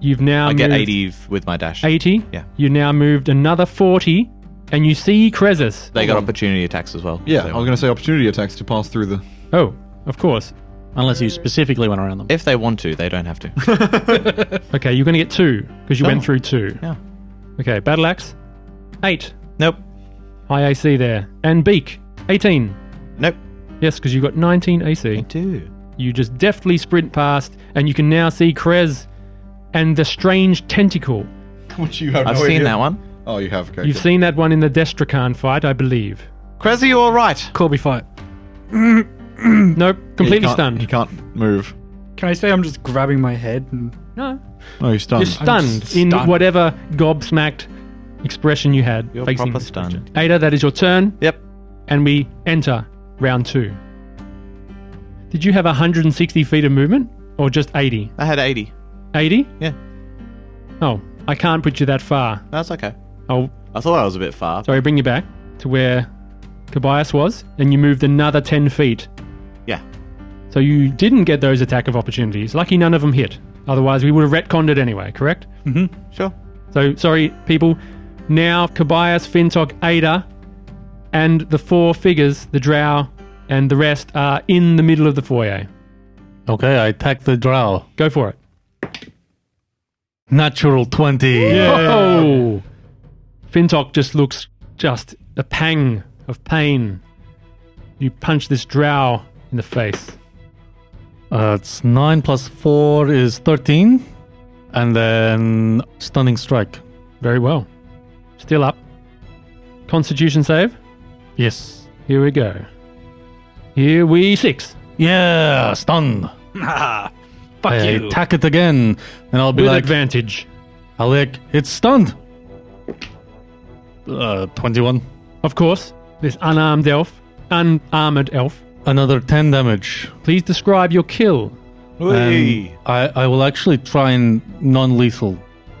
Speaker 1: You've now
Speaker 2: I get
Speaker 1: moved
Speaker 2: 80 f- with my dash.
Speaker 1: 80.
Speaker 2: Yeah.
Speaker 1: You now moved another 40, and you see Krezus.
Speaker 2: They got opportunity attacks as well.
Speaker 5: Yeah,
Speaker 2: So
Speaker 5: I was gonna say opportunity attacks to pass through the.
Speaker 1: Oh, of course.
Speaker 4: Unless you specifically went around them.
Speaker 2: if they want to, they don't have to.
Speaker 1: Okay, you're going to get two because you
Speaker 2: Oh.
Speaker 1: went through two.
Speaker 2: Yeah.
Speaker 1: Okay, battle axe, eight.
Speaker 2: nope.
Speaker 1: High AC there. And beak, 18.
Speaker 2: Nope.
Speaker 1: Yes, because you got 19 AC.
Speaker 2: do.
Speaker 1: You just deftly sprint past, and you can now see Krez and the strange tentacle.
Speaker 5: Which you have
Speaker 2: I've seen that one.
Speaker 5: Oh, you have. Okay.
Speaker 1: You've seen that one in the Destrakan fight, I believe.
Speaker 2: Krez, are you all right?
Speaker 3: Corby fight.
Speaker 1: Nope, completely
Speaker 5: he can't-
Speaker 1: stunned.
Speaker 5: He can't move.
Speaker 3: Can I say I'm just grabbing my head? And...
Speaker 1: No,
Speaker 5: Oh, he's stunned.
Speaker 1: You're stunned
Speaker 3: just
Speaker 1: in
Speaker 3: stunned.
Speaker 1: whatever gobsmacked expression you had.
Speaker 2: You're
Speaker 1: facing
Speaker 2: proper
Speaker 1: this
Speaker 2: stunned.
Speaker 1: creature. Ada, that is your turn,
Speaker 2: Yep.
Speaker 1: and we enter round two. Did you have 160 feet of movement, or just 80?
Speaker 2: I had 80.
Speaker 1: 80?
Speaker 2: Yeah.
Speaker 1: Oh, I can't put you that far.
Speaker 2: That's okay.
Speaker 1: I'll
Speaker 2: I thought I was a bit far.
Speaker 1: sorry, bring you back to where Kobayas was, and you moved another 10 feet.
Speaker 2: Yeah.
Speaker 1: So you didn't get those attack of opportunities. Lucky none of them hit. Otherwise, we would have retconned it anyway. Correct?
Speaker 2: Sure.
Speaker 1: So sorry, people. Now Kobayas, Fintok, Ada, and the four figures, the drow and the rest, are in the middle of the foyer.
Speaker 4: Okay, I attack the drow.
Speaker 1: Go for it.
Speaker 4: Natural 20.
Speaker 1: Oh! Fintok just looks just a pang of pain. You punch this drow in the face.
Speaker 4: Uh, it's 9 plus 4 is 13. And then stunning strike.
Speaker 1: Very well. Still up. Constitution save.
Speaker 4: Yes.
Speaker 1: Here we go. Here we six.
Speaker 4: Yeah, stun.
Speaker 3: Fuck
Speaker 4: I
Speaker 3: you.
Speaker 4: attack it again. And I'll be
Speaker 1: With
Speaker 4: like,
Speaker 1: advantage.
Speaker 4: I'll be like, it's stunned. Uh, 21.
Speaker 1: Of course, this unarmed elf, unarmored elf.
Speaker 4: Another 10 damage.
Speaker 1: Please describe your kill.
Speaker 4: And I, I will actually try and non lethal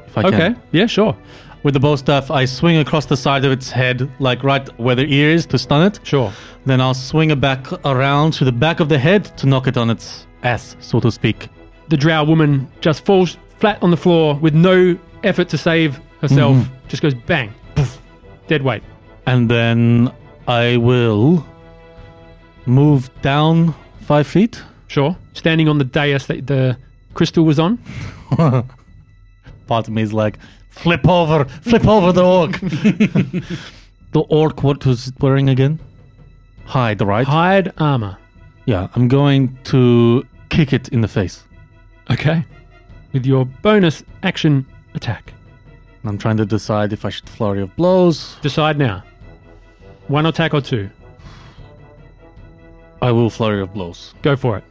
Speaker 4: if I
Speaker 1: Okay.
Speaker 4: can.
Speaker 1: Yeah, sure.
Speaker 4: With the bow staff, I swing across the side of its head, like right where the ear is, to stun it.
Speaker 1: Sure.
Speaker 4: Then I'll swing it back around to the back of the head to knock it on its ass, so to speak.
Speaker 1: The drow woman just falls flat on the floor with no effort to save herself. Just goes bang, poof, dead weight.
Speaker 4: And then I will move down five feet.
Speaker 1: Sure. Standing on the dais that the crystal was on.
Speaker 4: Part of me is like, flip over, flip over the orc. the orc, what was it wearing again? Hide, right?
Speaker 1: Hide armor.
Speaker 4: Yeah, I'm going to kick it in the face.
Speaker 1: Okay. With your bonus action attack.
Speaker 4: And I'm trying to decide if I should flurry of blows.
Speaker 1: Decide now. One attack or two.
Speaker 4: I will flurry of blows.
Speaker 1: Go for it.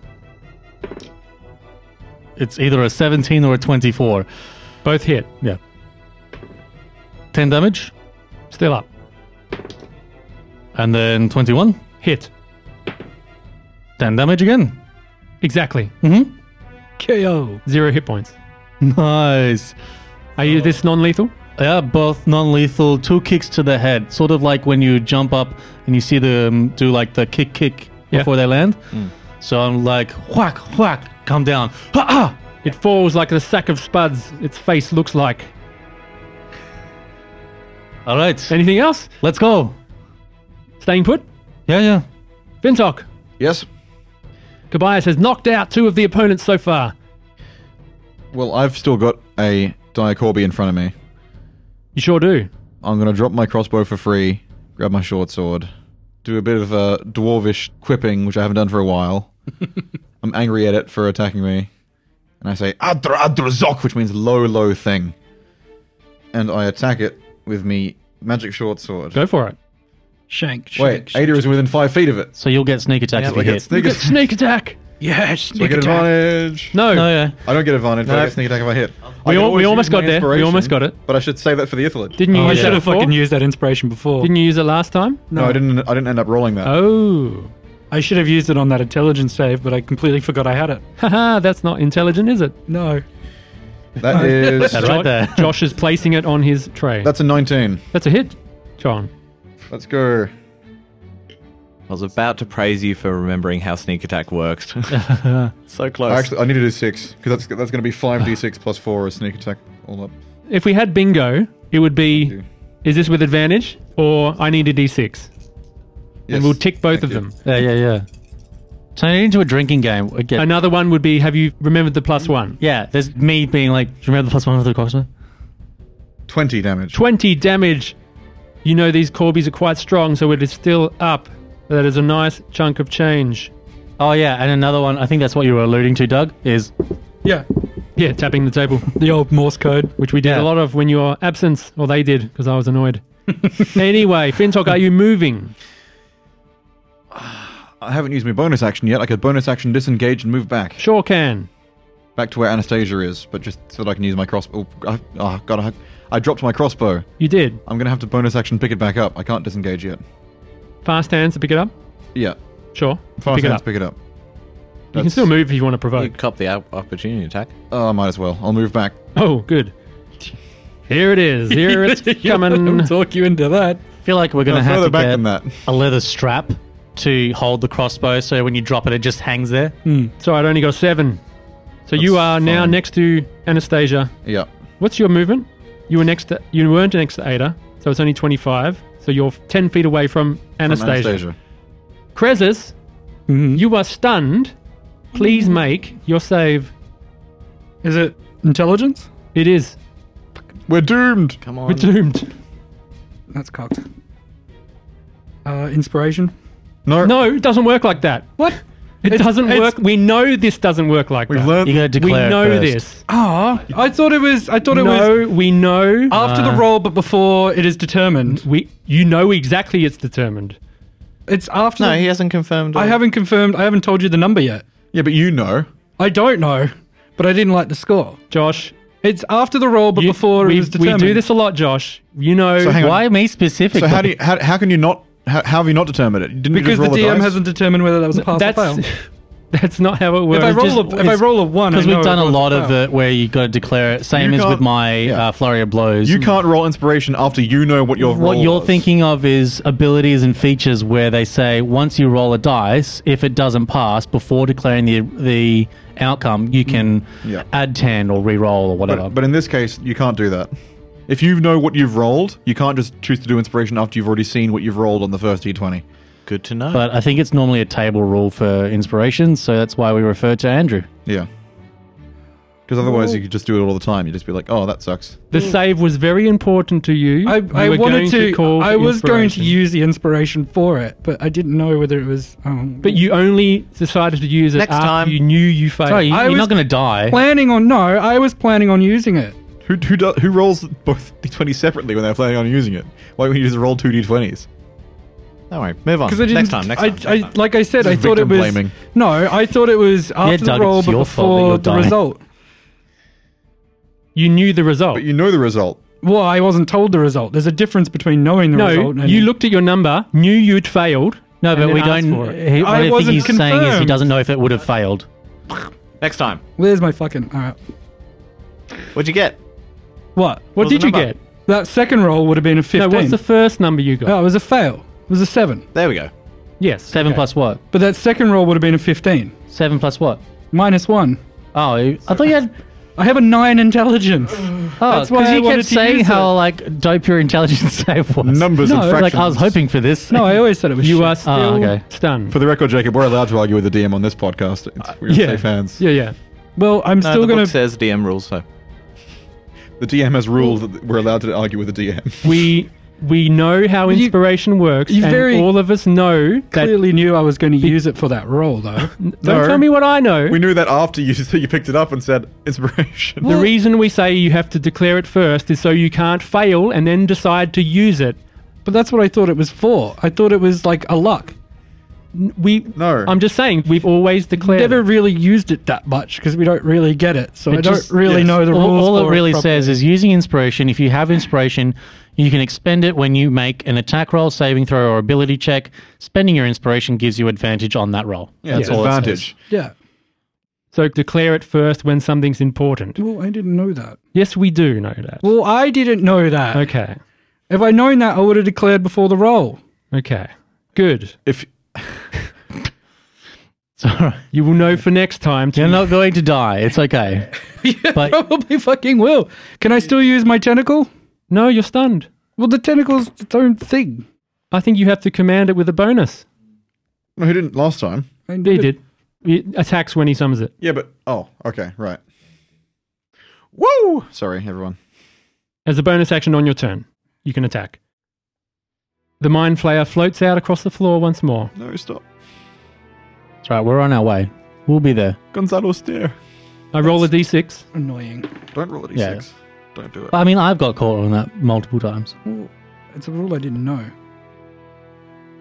Speaker 4: It's either a 17 or a 24.
Speaker 1: Both hit.
Speaker 4: 10 damage,
Speaker 1: Still up.
Speaker 4: and then 21.
Speaker 1: Hit.
Speaker 4: 10 damage again.
Speaker 1: Exactly.
Speaker 4: Mm-hmm.
Speaker 1: KO. Zero hit points.
Speaker 4: Nice.
Speaker 1: Are you this non lethal?
Speaker 4: Yeah, both non-lethal. Two kicks to the head, sort of like when you jump up and you see them do like the kick, kick
Speaker 1: Yeah.
Speaker 4: before they land.
Speaker 5: Mm.
Speaker 4: So I'm like whack, whack, come down. Ha ah!
Speaker 1: It falls like the sack of spuds its face looks like.
Speaker 4: All right,
Speaker 1: Anything else?
Speaker 4: let's go.
Speaker 1: Staying put?
Speaker 4: Yeah, yeah.
Speaker 1: Vintok.
Speaker 5: Yes.
Speaker 1: Kobayas has knocked out two of the opponents so far.
Speaker 5: Well, I've still got a Diacorby in front of me.
Speaker 1: You sure do.
Speaker 5: I'm going to drop my crossbow for free, grab my short sword, do a bit of uh, dwarvish quipping, which I haven't done for a while. I'm angry at it for attacking me. And I say, Adra Adra Zok, which means low, low thing. And I attack it with me magic short sword.
Speaker 1: Go for it.
Speaker 3: Shank. shank
Speaker 5: Wait,
Speaker 3: shank.
Speaker 5: Ada is within five feet of it.
Speaker 4: So you'll get sneak attack
Speaker 5: So
Speaker 4: if you
Speaker 5: I get
Speaker 4: hit.
Speaker 1: You
Speaker 5: sneak,
Speaker 1: get
Speaker 5: so
Speaker 1: sneak attack.
Speaker 3: Yes,
Speaker 5: I
Speaker 3: sneak
Speaker 5: get
Speaker 3: attack.
Speaker 5: advantage.
Speaker 1: No.
Speaker 4: No, yeah.
Speaker 5: I don't get advantage, but I get sneak attack if I hit. I
Speaker 1: We,
Speaker 5: can
Speaker 1: al- we
Speaker 5: always
Speaker 1: almost
Speaker 5: use my
Speaker 1: got there. We
Speaker 5: inspiration,
Speaker 1: almost got it.
Speaker 5: But I should save that for the Ithalid.
Speaker 1: Didn't you
Speaker 4: Oh,
Speaker 3: I
Speaker 1: use
Speaker 4: yeah.
Speaker 1: that
Speaker 3: should have
Speaker 1: before?
Speaker 3: fucking used that inspiration before.
Speaker 1: Didn't you use it last time?
Speaker 5: No, I didn't. I didn't end up rolling that.
Speaker 1: Oh.
Speaker 3: I should have used it on that intelligence save, but I completely forgot I had it.
Speaker 1: Haha, that's not intelligent, is it?
Speaker 3: No.
Speaker 5: That is.
Speaker 4: That right there.
Speaker 1: Josh is placing it on his tray. That's,
Speaker 5: That's a 19.
Speaker 1: a hit, John.
Speaker 5: Let's go.
Speaker 2: I was about to praise you for remembering how sneak attack works. so close.
Speaker 5: Actually, I need to do six because that's that's going to be five d6 plus four as sneak attack all up.
Speaker 1: If we had bingo, it would be
Speaker 5: do.
Speaker 1: is this with advantage or I need a d6?
Speaker 5: Yes.
Speaker 1: And we'll tick both
Speaker 5: Thank
Speaker 1: of
Speaker 5: you.
Speaker 1: them.
Speaker 4: Yeah, yeah, yeah. Turn it into a drinking game again.
Speaker 1: Another one would be have you remembered the plus one?
Speaker 4: Yeah, there's me being like, do you remember the plus one of the crossbow?
Speaker 5: 20 damage.
Speaker 1: 20 damage. You know these Corbies are quite strong, so it is still up. That is a nice chunk of change.
Speaker 4: Oh yeah, and another one. I think that's what you were alluding to, Doug. Is
Speaker 3: Yeah.
Speaker 1: Yeah, tapping the table,
Speaker 3: The old Morse code.
Speaker 1: which we did
Speaker 4: Yeah.
Speaker 1: a lot of when you were absent. Or they did, because I was annoyed. anyway, Fintok, are you moving?
Speaker 5: I haven't used my bonus action yet. I could bonus action disengage and move back.
Speaker 1: Sure can.
Speaker 5: Back to where Anastasia is, but just so that I can use my crossbow. Oh, I- oh, God. I, I dropped my crossbow.
Speaker 1: You did.
Speaker 5: I'm going to have to bonus action pick it back up. I can't disengage yet.
Speaker 1: Fast hands to pick it up?
Speaker 5: Yeah.
Speaker 1: Sure.
Speaker 5: Fast
Speaker 1: pick it
Speaker 5: hands,
Speaker 1: up.
Speaker 5: pick it up.
Speaker 1: you can still move if you want to
Speaker 2: you
Speaker 1: provoke.
Speaker 2: cop the op- opportunity attack.
Speaker 5: Oh, I might as well. I'll move back.
Speaker 1: Oh, good. Here it is. Here it's coming.
Speaker 3: Don't talk you into that.
Speaker 4: I feel like we're gonna
Speaker 5: No,
Speaker 4: have
Speaker 5: further
Speaker 4: to
Speaker 5: back
Speaker 4: get
Speaker 5: than that.
Speaker 4: a leather strap to hold the crossbow, so when you drop it, it just hangs there.
Speaker 1: Sorry, I'd only got a seven. So you
Speaker 5: That's
Speaker 1: are now
Speaker 5: fine.
Speaker 1: next to Anastasia.
Speaker 5: Yeah.
Speaker 1: What's your movement? You were next to you weren't next to Ada, so it's only twenty five. So you're ten feet away from
Speaker 5: From
Speaker 1: Anastasia.
Speaker 5: Anastasia.
Speaker 1: Krezus,
Speaker 3: Mm-hmm.
Speaker 1: you are stunned. Please make your save.
Speaker 3: Is it intelligence?
Speaker 1: It is.
Speaker 5: We're doomed.
Speaker 2: Come on.
Speaker 1: We're doomed.
Speaker 3: That's cocked. Uh, inspiration.
Speaker 5: No.
Speaker 1: No, it doesn't work like that.
Speaker 3: What?
Speaker 1: It
Speaker 3: It's-
Speaker 1: doesn't
Speaker 3: it's-
Speaker 1: work. We know this doesn't work like
Speaker 5: We've
Speaker 1: that.
Speaker 5: learned.
Speaker 4: You gotta
Speaker 1: we
Speaker 4: declare. it
Speaker 1: know
Speaker 4: first.
Speaker 1: this.
Speaker 3: Ah, I thought it was. I thought it was
Speaker 1: No, we know.
Speaker 3: after the roll, but before it is determined.
Speaker 1: we you know exactly it's determined.
Speaker 3: It's after.
Speaker 2: No,
Speaker 3: the-
Speaker 2: he hasn't confirmed.
Speaker 3: I
Speaker 2: all-
Speaker 3: haven't confirmed. I haven't told you the number yet.
Speaker 5: yeah, but you know.
Speaker 3: I don't know, but I didn't like the score.
Speaker 1: Josh,
Speaker 3: It's after the roll, but
Speaker 1: you-
Speaker 3: before
Speaker 1: we,
Speaker 3: it was
Speaker 1: we
Speaker 3: determined.
Speaker 1: do this a lot, Josh. You know
Speaker 5: So hang on.
Speaker 4: Why me specifically?
Speaker 5: So how do you, how, how can you not how, how have you not determined it? Didn't you
Speaker 3: because
Speaker 5: just
Speaker 3: the DM
Speaker 5: roll dice?
Speaker 3: hasn't determined whether that was a pass or
Speaker 1: that's
Speaker 3: fail.
Speaker 1: That's not how it
Speaker 3: If
Speaker 1: works.
Speaker 3: I roll
Speaker 4: just-
Speaker 3: a, if I
Speaker 4: it's-
Speaker 3: roll a one,
Speaker 4: Because
Speaker 3: I know
Speaker 4: we've done
Speaker 3: it
Speaker 4: a
Speaker 3: was
Speaker 4: lot of
Speaker 3: fail.
Speaker 4: it where you got to declare it. Same
Speaker 2: You
Speaker 4: as
Speaker 2: can't-
Speaker 4: with my
Speaker 5: yeah.
Speaker 4: uh, flurry of blows.
Speaker 5: You can't roll inspiration after you know what your
Speaker 4: What
Speaker 5: roll
Speaker 4: you're
Speaker 5: was.
Speaker 4: thinking of is abilities and features where they say once you roll a dice, if it doesn't pass before declaring the the outcome,
Speaker 3: Mm.
Speaker 4: you can
Speaker 5: Yeah.
Speaker 4: add ten or re-roll or whatever.
Speaker 5: But, but in this case, you can't do that. If you know what you've rolled, you can't just choose to do inspiration after you've already seen what you've rolled on the first d20.
Speaker 2: Good to know.
Speaker 4: But I think it's normally a table rule for inspiration, so that's why we refer to Andrew.
Speaker 5: Yeah. Because otherwise, you could just do it all the time. You'd just be like, "Oh, that sucks."
Speaker 1: the save was very important to you. You
Speaker 3: Mm. I, I
Speaker 1: were
Speaker 3: wanted
Speaker 1: going
Speaker 3: to.
Speaker 1: call
Speaker 3: I
Speaker 1: for
Speaker 3: was going to
Speaker 1: inspiration.
Speaker 3: use the inspiration for it, but I didn't know whether it was. Um,
Speaker 1: But you only decided to use it
Speaker 2: Next
Speaker 1: after
Speaker 2: time.
Speaker 1: you knew you failed.
Speaker 4: Sorry, you,
Speaker 3: I
Speaker 4: are
Speaker 3: was
Speaker 4: not going to die.
Speaker 3: planning on no, I was planning on using it.
Speaker 5: Who who do, who rolls both d20s separately when they're planning on using it? Why wouldn't you just roll two d20s?
Speaker 2: Don't worry, move on.
Speaker 3: Because I didn't.
Speaker 2: Next time, next
Speaker 3: I,
Speaker 2: time. next
Speaker 3: I,
Speaker 2: time.
Speaker 3: like I said, I
Speaker 5: This is
Speaker 3: thought it
Speaker 5: victim
Speaker 3: was.
Speaker 5: blaming.
Speaker 3: No, I thought it was after
Speaker 4: Doug,
Speaker 3: the roll,
Speaker 4: it's
Speaker 3: but
Speaker 4: your fault that
Speaker 3: before
Speaker 4: you're
Speaker 3: the
Speaker 4: dying.
Speaker 3: result.
Speaker 1: You knew the result.
Speaker 5: But you know the result.
Speaker 3: Well, I wasn't told the result. There's a difference between knowing the
Speaker 1: no,
Speaker 3: result. And
Speaker 1: you looked at your number, knew you'd failed.
Speaker 4: No,
Speaker 1: and
Speaker 4: but
Speaker 1: then
Speaker 4: we
Speaker 1: asked
Speaker 4: don't.
Speaker 1: for it.
Speaker 4: He, what
Speaker 3: I
Speaker 4: I, think
Speaker 3: wasn't
Speaker 4: he's saying is he
Speaker 3: confirmed.
Speaker 4: doesn't know if it would have failed.
Speaker 2: next time.
Speaker 3: Where's my fucking? All right.
Speaker 2: What'd you get?
Speaker 3: What?
Speaker 1: What
Speaker 2: was the
Speaker 1: did you
Speaker 2: number?
Speaker 1: get?
Speaker 3: That second roll would have been
Speaker 1: No,
Speaker 3: a fifteen.
Speaker 1: what's the first number you got?
Speaker 3: oh, it was a fail. It was a seven.
Speaker 2: There we go.
Speaker 1: yes,
Speaker 4: Seven
Speaker 1: okay.
Speaker 4: plus what?
Speaker 3: But that second roll would have been a fifteen
Speaker 4: Seven plus what?
Speaker 3: minus one.
Speaker 4: Oh, you- I thought you had.
Speaker 3: I have a nine intelligence.
Speaker 4: Oh,
Speaker 3: That's why
Speaker 4: because
Speaker 3: I
Speaker 4: you
Speaker 3: wanted
Speaker 4: kept
Speaker 3: to
Speaker 4: saying
Speaker 3: use
Speaker 4: how like dope your intelligence save was.
Speaker 5: Numbers and
Speaker 3: No,
Speaker 5: fractions.
Speaker 4: like I was hoping for this.
Speaker 3: No, I always said it was.
Speaker 1: You
Speaker 3: shit.
Speaker 1: are still
Speaker 4: Ah, okay.
Speaker 1: stunned.
Speaker 5: For the record, Jacob, we're allowed to argue with the DM on this podcast. It's, we're in
Speaker 1: yeah.
Speaker 5: safe hands.
Speaker 1: Yeah, yeah.
Speaker 3: Well, I'm
Speaker 2: No,
Speaker 3: still
Speaker 2: the book
Speaker 3: gonna.
Speaker 2: says DM rules, so
Speaker 5: The DM has rules that we're allowed to argue with the DM.
Speaker 1: We we know how
Speaker 3: You-
Speaker 1: inspiration works,
Speaker 3: you
Speaker 1: and
Speaker 3: very
Speaker 1: all of us know that.
Speaker 3: Clearly knew I was going to use it for that roll, though.
Speaker 1: Don't
Speaker 5: No.
Speaker 1: tell me what I know.
Speaker 5: We knew that after you so you picked it up and said inspiration.
Speaker 1: The reason we say you have to declare it first is so you can't fail and then decide to use it.
Speaker 3: But that's what I thought it was for. I thought it was like a luck.
Speaker 1: We
Speaker 5: No.
Speaker 1: I'm just saying we've always declared.
Speaker 3: Never
Speaker 1: it.
Speaker 3: really used it that much because we don't really get it, so I don't
Speaker 4: just-
Speaker 3: really
Speaker 5: yes.
Speaker 3: know the
Speaker 4: all,
Speaker 3: rules.
Speaker 4: all
Speaker 3: for
Speaker 4: it really
Speaker 3: properly.
Speaker 4: says is using inspiration. If you have inspiration, you can expend it when you make an attack roll, saving throw, or ability check. Spending your inspiration gives you advantage on that roll.
Speaker 5: yeah, it's
Speaker 4: all it says.
Speaker 5: advantage.
Speaker 3: yeah.
Speaker 1: So declare it first when something's important.
Speaker 3: Well, I didn't know that.
Speaker 1: Yes, we do know that.
Speaker 3: Well, I didn't know that.
Speaker 1: Okay.
Speaker 3: If I'd known that, I would have declared before the roll.
Speaker 1: Okay. Good.
Speaker 5: If
Speaker 1: You will know for next time. to-
Speaker 4: You're not going to die. It's okay. but
Speaker 3: Probably fucking will. Can I still use my tentacle?
Speaker 1: no, you're stunned.
Speaker 3: Well, the tentacle's its own thing.
Speaker 1: I think you have to command it with a bonus.
Speaker 5: no, who didn't last time?
Speaker 3: I
Speaker 1: He did. It attacks when he summons it.
Speaker 5: Yeah, but oh, okay, right. Woo! Sorry, everyone.
Speaker 1: As a bonus action on your turn, you can attack. The Mind Flayer floats out across the floor once more.
Speaker 5: No, stop.
Speaker 4: that's right. We're on our way. We'll be there.
Speaker 5: Gonzalo stare.
Speaker 1: I roll a d6.
Speaker 3: Annoying.
Speaker 5: Don't roll a d6.
Speaker 4: Yeah.
Speaker 5: Don't do it.
Speaker 4: But, I mean, I've got caught on that multiple times.
Speaker 3: Well, it's a rule I didn't know.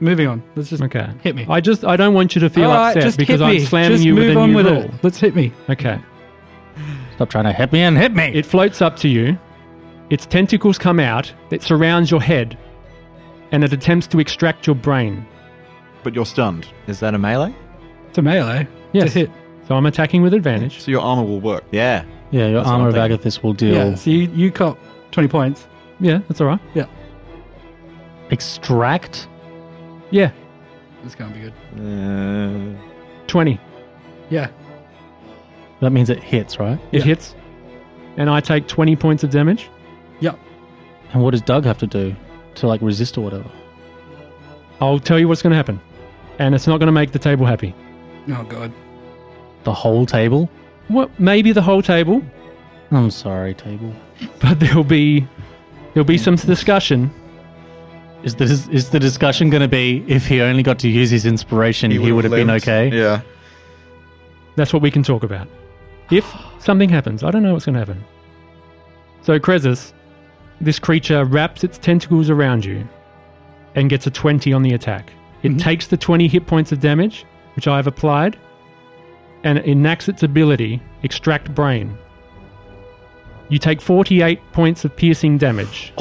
Speaker 3: Moving on. Let's just
Speaker 1: Okay.
Speaker 3: hit me.
Speaker 1: I just I don't want you to feel
Speaker 3: All right,
Speaker 1: upset
Speaker 3: just
Speaker 1: because
Speaker 3: hit
Speaker 1: I'm
Speaker 3: me.
Speaker 1: slamming
Speaker 3: Just
Speaker 1: you
Speaker 3: move
Speaker 1: with a
Speaker 3: on
Speaker 1: new
Speaker 3: with
Speaker 1: rule.
Speaker 3: it. Let's hit me.
Speaker 1: Okay.
Speaker 4: Stop trying to hit me and hit me.
Speaker 1: It floats up to you. Its tentacles come out that surrounds your head, and it attempts to extract your brain.
Speaker 5: but you're stunned,
Speaker 2: is that a melee?
Speaker 3: It's a melee.
Speaker 1: Yes.
Speaker 3: It's a hit.
Speaker 1: So I'm attacking with advantage.
Speaker 5: so your armor will work.
Speaker 2: Yeah.
Speaker 4: yeah, your
Speaker 2: That's what
Speaker 4: armor
Speaker 2: I'm
Speaker 4: of
Speaker 2: thinking.
Speaker 4: Agathis will deal
Speaker 3: Yeah. So you, you cop 20 points.
Speaker 1: Yeah, that's all right.
Speaker 4: extract.
Speaker 1: Yeah,
Speaker 3: This can't be good.
Speaker 2: Uh,
Speaker 1: twenty.
Speaker 3: Yeah.
Speaker 4: That means it hits, right?
Speaker 1: It
Speaker 3: Yeah.
Speaker 1: hits, and I take twenty points of damage.
Speaker 3: Yep.
Speaker 4: And what does Doug have to do to like resist or whatever?
Speaker 1: I'll tell you what's going to happen, and it's not going to make the table happy.
Speaker 3: Oh, God.
Speaker 4: The whole table?
Speaker 1: What? Maybe the whole table,
Speaker 4: I'm sorry, table.
Speaker 1: but there'll be there'll be some discussion.
Speaker 4: Is the dis- is the discussion going to be if he only got to use his inspiration, he, would have been
Speaker 5: lived.
Speaker 4: okay?
Speaker 5: Yeah.
Speaker 1: That's what we can talk about. If something happens, I don't know what's going to happen. So, Krezus, this creature wraps its tentacles around you and gets a 20 on the attack. It
Speaker 4: Mm-hmm.
Speaker 1: takes the 20 hit points of damage, which I have applied, and it enacts its ability, Extract Brain. You take 48 points of piercing damage.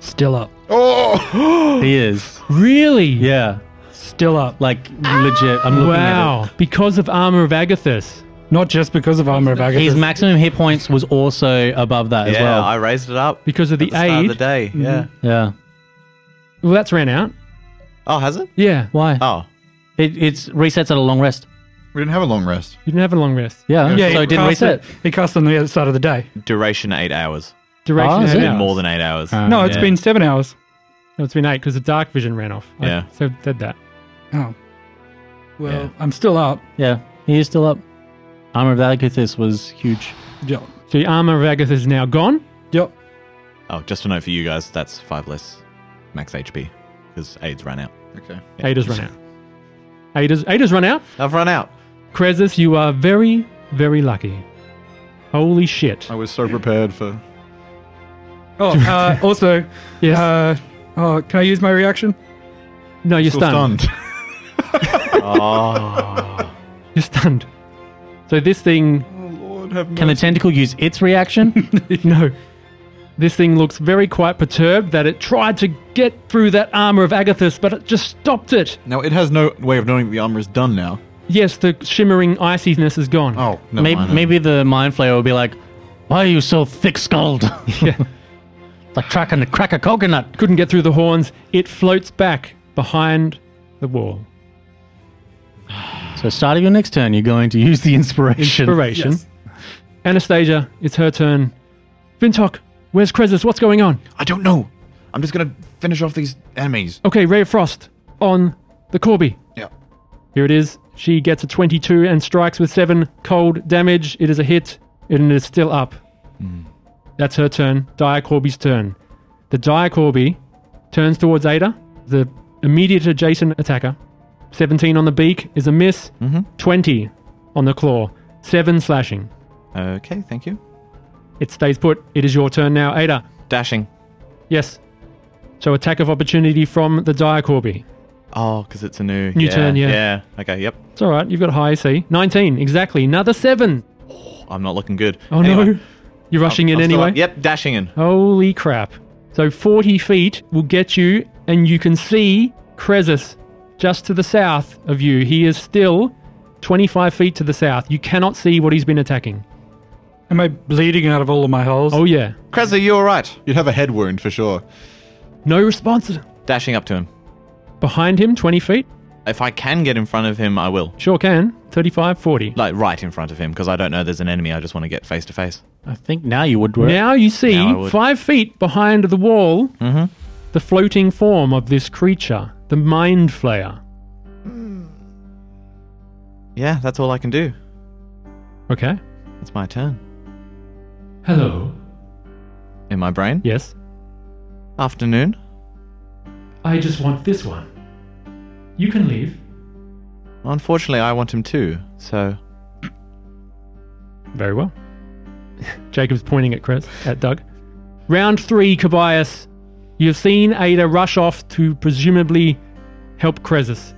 Speaker 3: Still up.
Speaker 5: Oh!
Speaker 4: He is.
Speaker 1: Really?
Speaker 4: Yeah.
Speaker 3: still up.
Speaker 4: Like legit. I'm looking at
Speaker 1: Wow. Because of Armor of Agathis.
Speaker 3: Not just because of Armor of
Speaker 4: it.
Speaker 3: Agathis.
Speaker 4: His maximum hit points was also above that as
Speaker 2: yeah,
Speaker 4: well.
Speaker 2: I raised it up
Speaker 1: Because of
Speaker 2: at
Speaker 1: the,
Speaker 2: the start
Speaker 1: aid. Mm-hmm.
Speaker 2: of the day. Yeah.
Speaker 4: yeah.
Speaker 1: Well, that's ran out.
Speaker 2: Oh, has it?
Speaker 1: Yeah.
Speaker 4: Why?
Speaker 2: Oh,
Speaker 4: It it's resets at a long rest.
Speaker 5: We didn't have a long rest.
Speaker 1: You didn't have a long rest.
Speaker 4: Yeah.
Speaker 3: yeah,
Speaker 4: So
Speaker 3: he
Speaker 4: it didn't
Speaker 3: cast
Speaker 4: reset.
Speaker 3: It, he cast on the other side of the day.
Speaker 2: duration eight hours.
Speaker 1: Duration
Speaker 4: Ah,
Speaker 1: is
Speaker 4: is it?
Speaker 1: eight
Speaker 2: Been
Speaker 1: hours.
Speaker 2: more than eight hours.
Speaker 1: Ah.
Speaker 3: No, it's
Speaker 2: Oh, yeah.
Speaker 3: been seven hours.
Speaker 1: No, it's been eight because the dark vision ran off. I
Speaker 2: Yeah.
Speaker 1: so did that.
Speaker 3: Oh. Well,
Speaker 2: Yeah.
Speaker 3: I'm still up.
Speaker 4: Yeah. He is still up. Armor of Agathis was huge.
Speaker 3: Yep.
Speaker 1: So the Armor of Agathis is now gone.
Speaker 3: Yep.
Speaker 2: Oh, just a note for you guys. That's five less max HP because aids ran out.
Speaker 5: Okay.
Speaker 2: Yeah.
Speaker 1: Ada's run out. Ada's, Ada's run out.
Speaker 2: I've run out.
Speaker 1: Krezus, you are very, very lucky. Holy shit.
Speaker 5: I was so prepared for.
Speaker 3: Oh, uh, also,
Speaker 1: Yes.
Speaker 3: uh, oh, can I use my reaction?
Speaker 1: no, you're
Speaker 5: Still
Speaker 1: stunned.
Speaker 5: stunned.
Speaker 1: You're stunned. So this thing,
Speaker 5: oh Lord, have mercy.
Speaker 4: Can the tentacle use its reaction?
Speaker 1: no. This thing looks very quite perturbed that it tried to get through that armor of Agathis, but it just stopped it.
Speaker 5: Now it has no way of knowing that the armor is done now.
Speaker 1: Yes, the shimmering iciness is gone.
Speaker 5: Oh, no.
Speaker 4: maybe, maybe the mind flayer will be like, "Why are you so thick-skulled?"
Speaker 1: Yeah.
Speaker 4: like cracking a crack a coconut.
Speaker 1: Couldn't get through the horns. It floats back behind the wall.
Speaker 4: So, start of your next turn, you're going to use the inspiration.
Speaker 1: Inspiration. Anastasia, it's her turn. Vintok, where's Krezus? What's going on?
Speaker 5: I don't know. I'm just gonna finish off these enemies.
Speaker 1: Okay, Ray of Frost on the Corby.
Speaker 5: Yeah.
Speaker 1: Here it is. She gets a 22 and strikes with 7 cold damage. It is a hit, and it is still up. That's her turn. Dia Corby's turn. The Dia Corby turns towards Ada, the immediate adjacent attacker. 17 on the beak is a miss, 20 on the claw, 7 slashing.
Speaker 2: Okay, thank you.
Speaker 1: It stays put. It is your turn now, Ada.
Speaker 2: Dashing.
Speaker 1: Yes. So attack of opportunity from the Dia Corby.
Speaker 2: Oh, because it's a new
Speaker 1: New turn, yeah.
Speaker 2: Yeah. Okay. Yep.
Speaker 1: It's all right. You've got high AC. 19, exactly. Another 7.
Speaker 2: I'm not looking good.
Speaker 1: Oh
Speaker 2: Anyway,
Speaker 1: no. You're rushing in
Speaker 2: I'm still
Speaker 1: anyway?
Speaker 2: up. Yep. Dashing in.
Speaker 1: Holy crap. So 40 feet will get you, and you can see Krezus just to the south of you. He is still 25 feet to the south. You cannot see what he's been attacking.
Speaker 3: Am I bleeding out of all of my holes?
Speaker 1: Oh, yeah.
Speaker 2: Krezza, you all right?
Speaker 5: You'd have a head wound for sure.
Speaker 1: No response.
Speaker 2: Dashing up to him.
Speaker 1: Behind him, 20 feet.
Speaker 2: If I can get in front of him, I will.
Speaker 1: Sure can. 35, 40.
Speaker 2: Like right in front of him, because I don't know there's an enemy. I just want to get face to face.
Speaker 4: I think now you would work.
Speaker 1: Now you see
Speaker 2: Now I would- Mm-hmm.
Speaker 1: five feet behind the wall the floating form of this creature, the Mind Flayer.
Speaker 2: Yeah, that's all I can do.
Speaker 1: Okay.
Speaker 2: It's my turn.
Speaker 1: Hello.
Speaker 2: In my brain.
Speaker 1: Yes.
Speaker 2: Afternoon.
Speaker 1: I just want this one. You can leave.
Speaker 2: Unfortunately, I want him too. So
Speaker 1: Very well. Jacob's pointing at Chris, at Doug. Round three, Kobayas. You've seen Ada rush off to presumably help Krezus.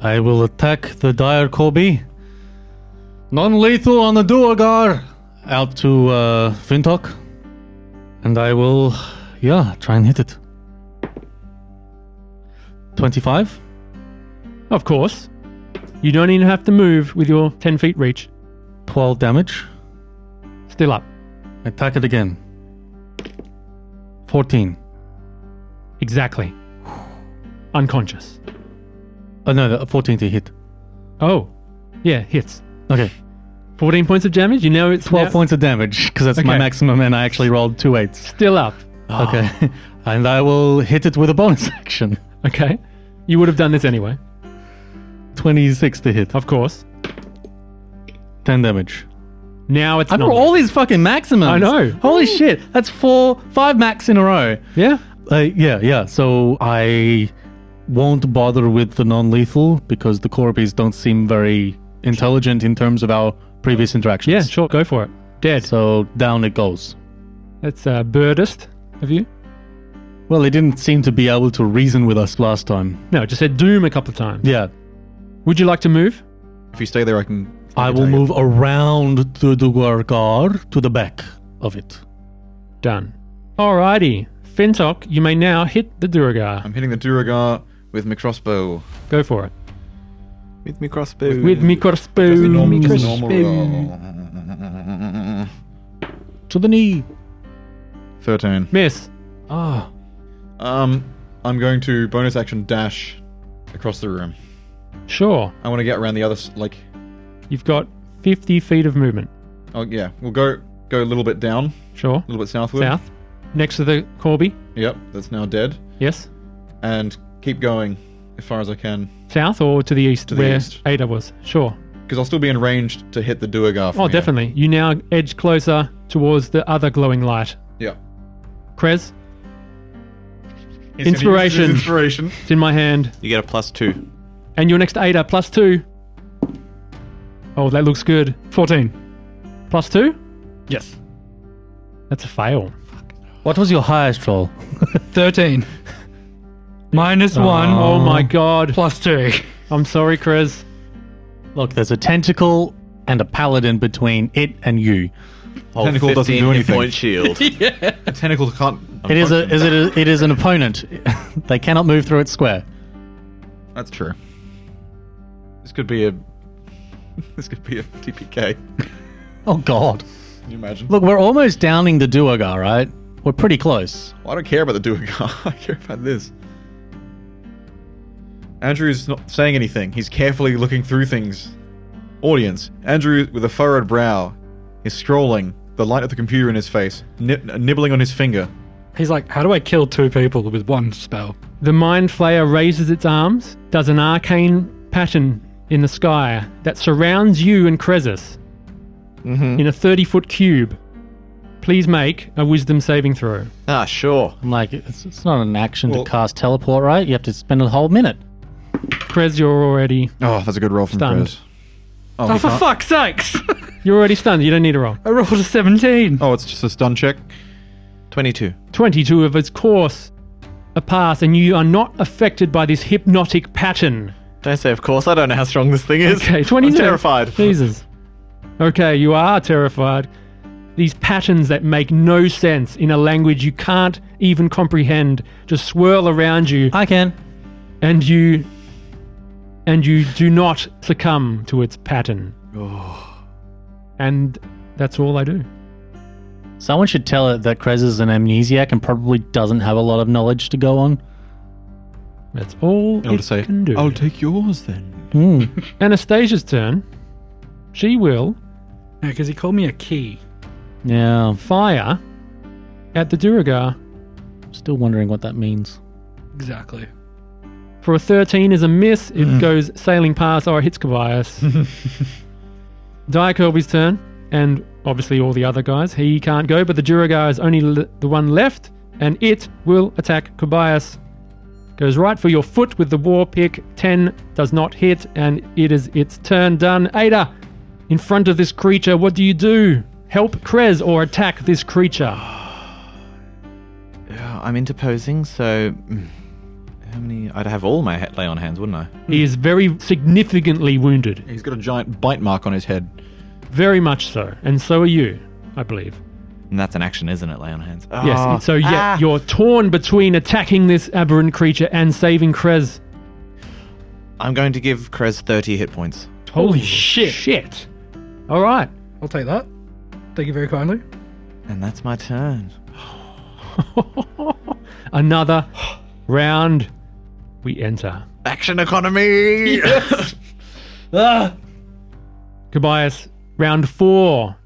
Speaker 4: I will attack the dire Corby. Non-lethal on the Duogar. Out to uh, Fintok, and I will, yeah, try and hit it. Twenty-five.
Speaker 1: Of course. You don't even have to move with your 10 feet reach.
Speaker 4: 12 damage.
Speaker 1: Still up.
Speaker 4: Attack it again. 14.
Speaker 1: Exactly. Unconscious.
Speaker 4: Oh no, the 14 to hit.
Speaker 1: Oh. Yeah, hits.
Speaker 4: Okay,
Speaker 1: 14 points of damage. You know it's
Speaker 4: 12
Speaker 1: now
Speaker 4: points of damage because that's my
Speaker 1: Okay.
Speaker 4: maximum, and I actually rolled two eights.
Speaker 1: Still up.
Speaker 4: Okay, and I will hit it with a bonus action.
Speaker 1: Okay. You would have done this anyway,
Speaker 4: 26 to hit.
Speaker 1: of course.
Speaker 4: 10 damage.
Speaker 1: Now it's
Speaker 4: I've
Speaker 1: not.
Speaker 4: got all these fucking maximums.
Speaker 1: I know.
Speaker 4: Holy shit, that's four, five max in a row.
Speaker 1: yeah.
Speaker 4: Uh, yeah, yeah. So I won't bother with the non-lethal because the Corbies don't seem very intelligent in terms of our previous interactions.
Speaker 1: Yeah, sure. Go for it. Dead.
Speaker 4: So down it goes.
Speaker 1: That's uh, birdist of you.
Speaker 4: Well, it didn't seem to be able to reason with us last time.
Speaker 1: No, it just said doom a couple of times.
Speaker 4: Yeah,
Speaker 1: Would you like to move?
Speaker 5: If you stay there, I can.
Speaker 4: I will move around the Dugorgar to the back of it.
Speaker 1: Done. Alrighty. Fintok, you may now hit the Duragar.
Speaker 5: I'm hitting the Duragar with my crossbow.
Speaker 1: Go for it.
Speaker 2: With me crossbow.
Speaker 1: With micro
Speaker 5: Just a
Speaker 1: spoon.
Speaker 5: normal-
Speaker 1: Micro
Speaker 5: just a normal
Speaker 1: spoon.
Speaker 5: roll.
Speaker 4: To the knee.
Speaker 5: Thirteen.
Speaker 1: Miss. Ah.
Speaker 5: Um, I'm going to bonus action dash across the room.
Speaker 1: Sure.
Speaker 5: I want to get around the other s- like.
Speaker 1: You've got 50 feet of movement.
Speaker 5: Oh yeah, we'll go go a little bit down,
Speaker 1: Sure.
Speaker 5: a little bit southward.
Speaker 1: South. Next to the Corby.
Speaker 5: Yep, that's now dead,
Speaker 1: Yes.
Speaker 5: and keep going as far as I can
Speaker 1: South or to the east
Speaker 5: To the
Speaker 1: where
Speaker 5: east.
Speaker 1: Ada was. Sure.
Speaker 5: because I'll still be in range to hit the Duergar. from
Speaker 1: Oh,
Speaker 5: here.
Speaker 1: definitely. You now edge closer towards the other glowing light.
Speaker 5: Yep.
Speaker 1: Krez,
Speaker 5: He's gonna use his
Speaker 1: Inspiration.
Speaker 5: Inspiration.
Speaker 1: it's in my hand.
Speaker 2: You get a plus two.
Speaker 1: And your next Ada, plus two. Oh, that looks good.
Speaker 3: 14.
Speaker 1: Plus two?
Speaker 3: Yes.
Speaker 1: That's a fail.
Speaker 4: What was your highest roll?
Speaker 3: 13. Minus one.
Speaker 1: Oh my god.
Speaker 3: Plus two.
Speaker 1: I'm sorry, Krez.
Speaker 4: Look, there's a tentacle and a paladin between it and you.
Speaker 2: Hold
Speaker 5: Tentacle doesn't
Speaker 2: 15
Speaker 5: do
Speaker 2: hit
Speaker 5: anything.
Speaker 2: Point shield.
Speaker 5: The tentacle can't.
Speaker 4: It is a, is it a, it is an opponent. they cannot move through its square.
Speaker 5: Oh, That's true. This could be a. This could be a TPK. Can
Speaker 4: Oh god.
Speaker 5: you imagine?
Speaker 4: Look, we're almost downing the Duergar, right? We're pretty close.
Speaker 5: Well, I don't care about the Duergar. I care about this. Andrew's not saying anything. He's carefully looking through things. Audience. Andrew, with a furrowed brow, is scrolling. The light of the computer in his face, nib- nibbling on his finger.
Speaker 3: He's like, how do I kill two people with one spell?
Speaker 1: The Mind Flayer raises its arms, does an arcane pattern in the sky that surrounds you and Krezus in a 30 foot cube. Please make a wisdom saving throw.
Speaker 2: ah, sure.
Speaker 4: I'm like, it's, it's not an action
Speaker 5: Well-
Speaker 4: to cast teleport, right? You have to spend a whole minute.
Speaker 1: Krez, you're already
Speaker 5: Oh, that's a good roll from
Speaker 1: Stunned.
Speaker 5: Prez. Oh, he
Speaker 3: Oh, for
Speaker 5: can't-
Speaker 3: fuck's sakes!
Speaker 1: you're already stunned. You don't need a roll.
Speaker 3: I rolled a 17.
Speaker 5: oh, it's just a stun check.
Speaker 2: 22.
Speaker 1: 22 of its course a pass, and you are not affected by this hypnotic pattern.
Speaker 2: Don't say, of course. I don't know how strong this thing is.
Speaker 1: Okay, 22.
Speaker 2: I'm terrified.
Speaker 1: Jesus. Okay, you are terrified. These patterns that make no sense in a language you can't even comprehend just swirl around you
Speaker 4: I can.
Speaker 1: and you and you do not succumb to its pattern. And that's all I do.
Speaker 4: Someone should tell it that Krez is an amnesiac and probably doesn't have a lot of knowledge to go on.
Speaker 1: That's all
Speaker 5: I'll
Speaker 1: it
Speaker 5: just say,
Speaker 1: can do.
Speaker 5: I'll take yours then.
Speaker 4: Hmm.
Speaker 1: Anastasia's turn. She will
Speaker 3: Because he called me a key.
Speaker 4: Yeah,
Speaker 1: fire at the Duragar
Speaker 4: I'm still wondering what that means.
Speaker 3: Exactly.
Speaker 1: for a 13 is a miss. It goes sailing past or it hits Kabias. Diakobi's turn, and obviously all the other guys. He can't go, but the Duragar is only l- the one left, and it will attack Kobayas. Goes right for your foot with the war pick. 10 does not hit, and it is its turn done. Ada, in front of this creature, what do you do? Help Krez or attack this creature?
Speaker 2: Yeah, I'm interposing, so. mm, How many? I'd have all my lay on hands, wouldn't I?
Speaker 1: He is very significantly wounded.
Speaker 5: He's got a giant bite mark on his head.
Speaker 1: Very much so. And so are you, I believe.
Speaker 2: And that's an action, isn't it? Lay on hands.
Speaker 1: Yes.
Speaker 2: Ah.
Speaker 1: So yeah,
Speaker 2: Ah.
Speaker 1: you're torn between attacking this aberrant creature and saving Krez.
Speaker 2: I'm going to give Krez 30 hit points.
Speaker 1: Holy shit! Shit. All right.
Speaker 3: I'll take that. Thank you very kindly.
Speaker 2: And that's my turn.
Speaker 1: Another round. We enter.
Speaker 2: Action economy!
Speaker 5: Ah!
Speaker 1: Kobayas, round four.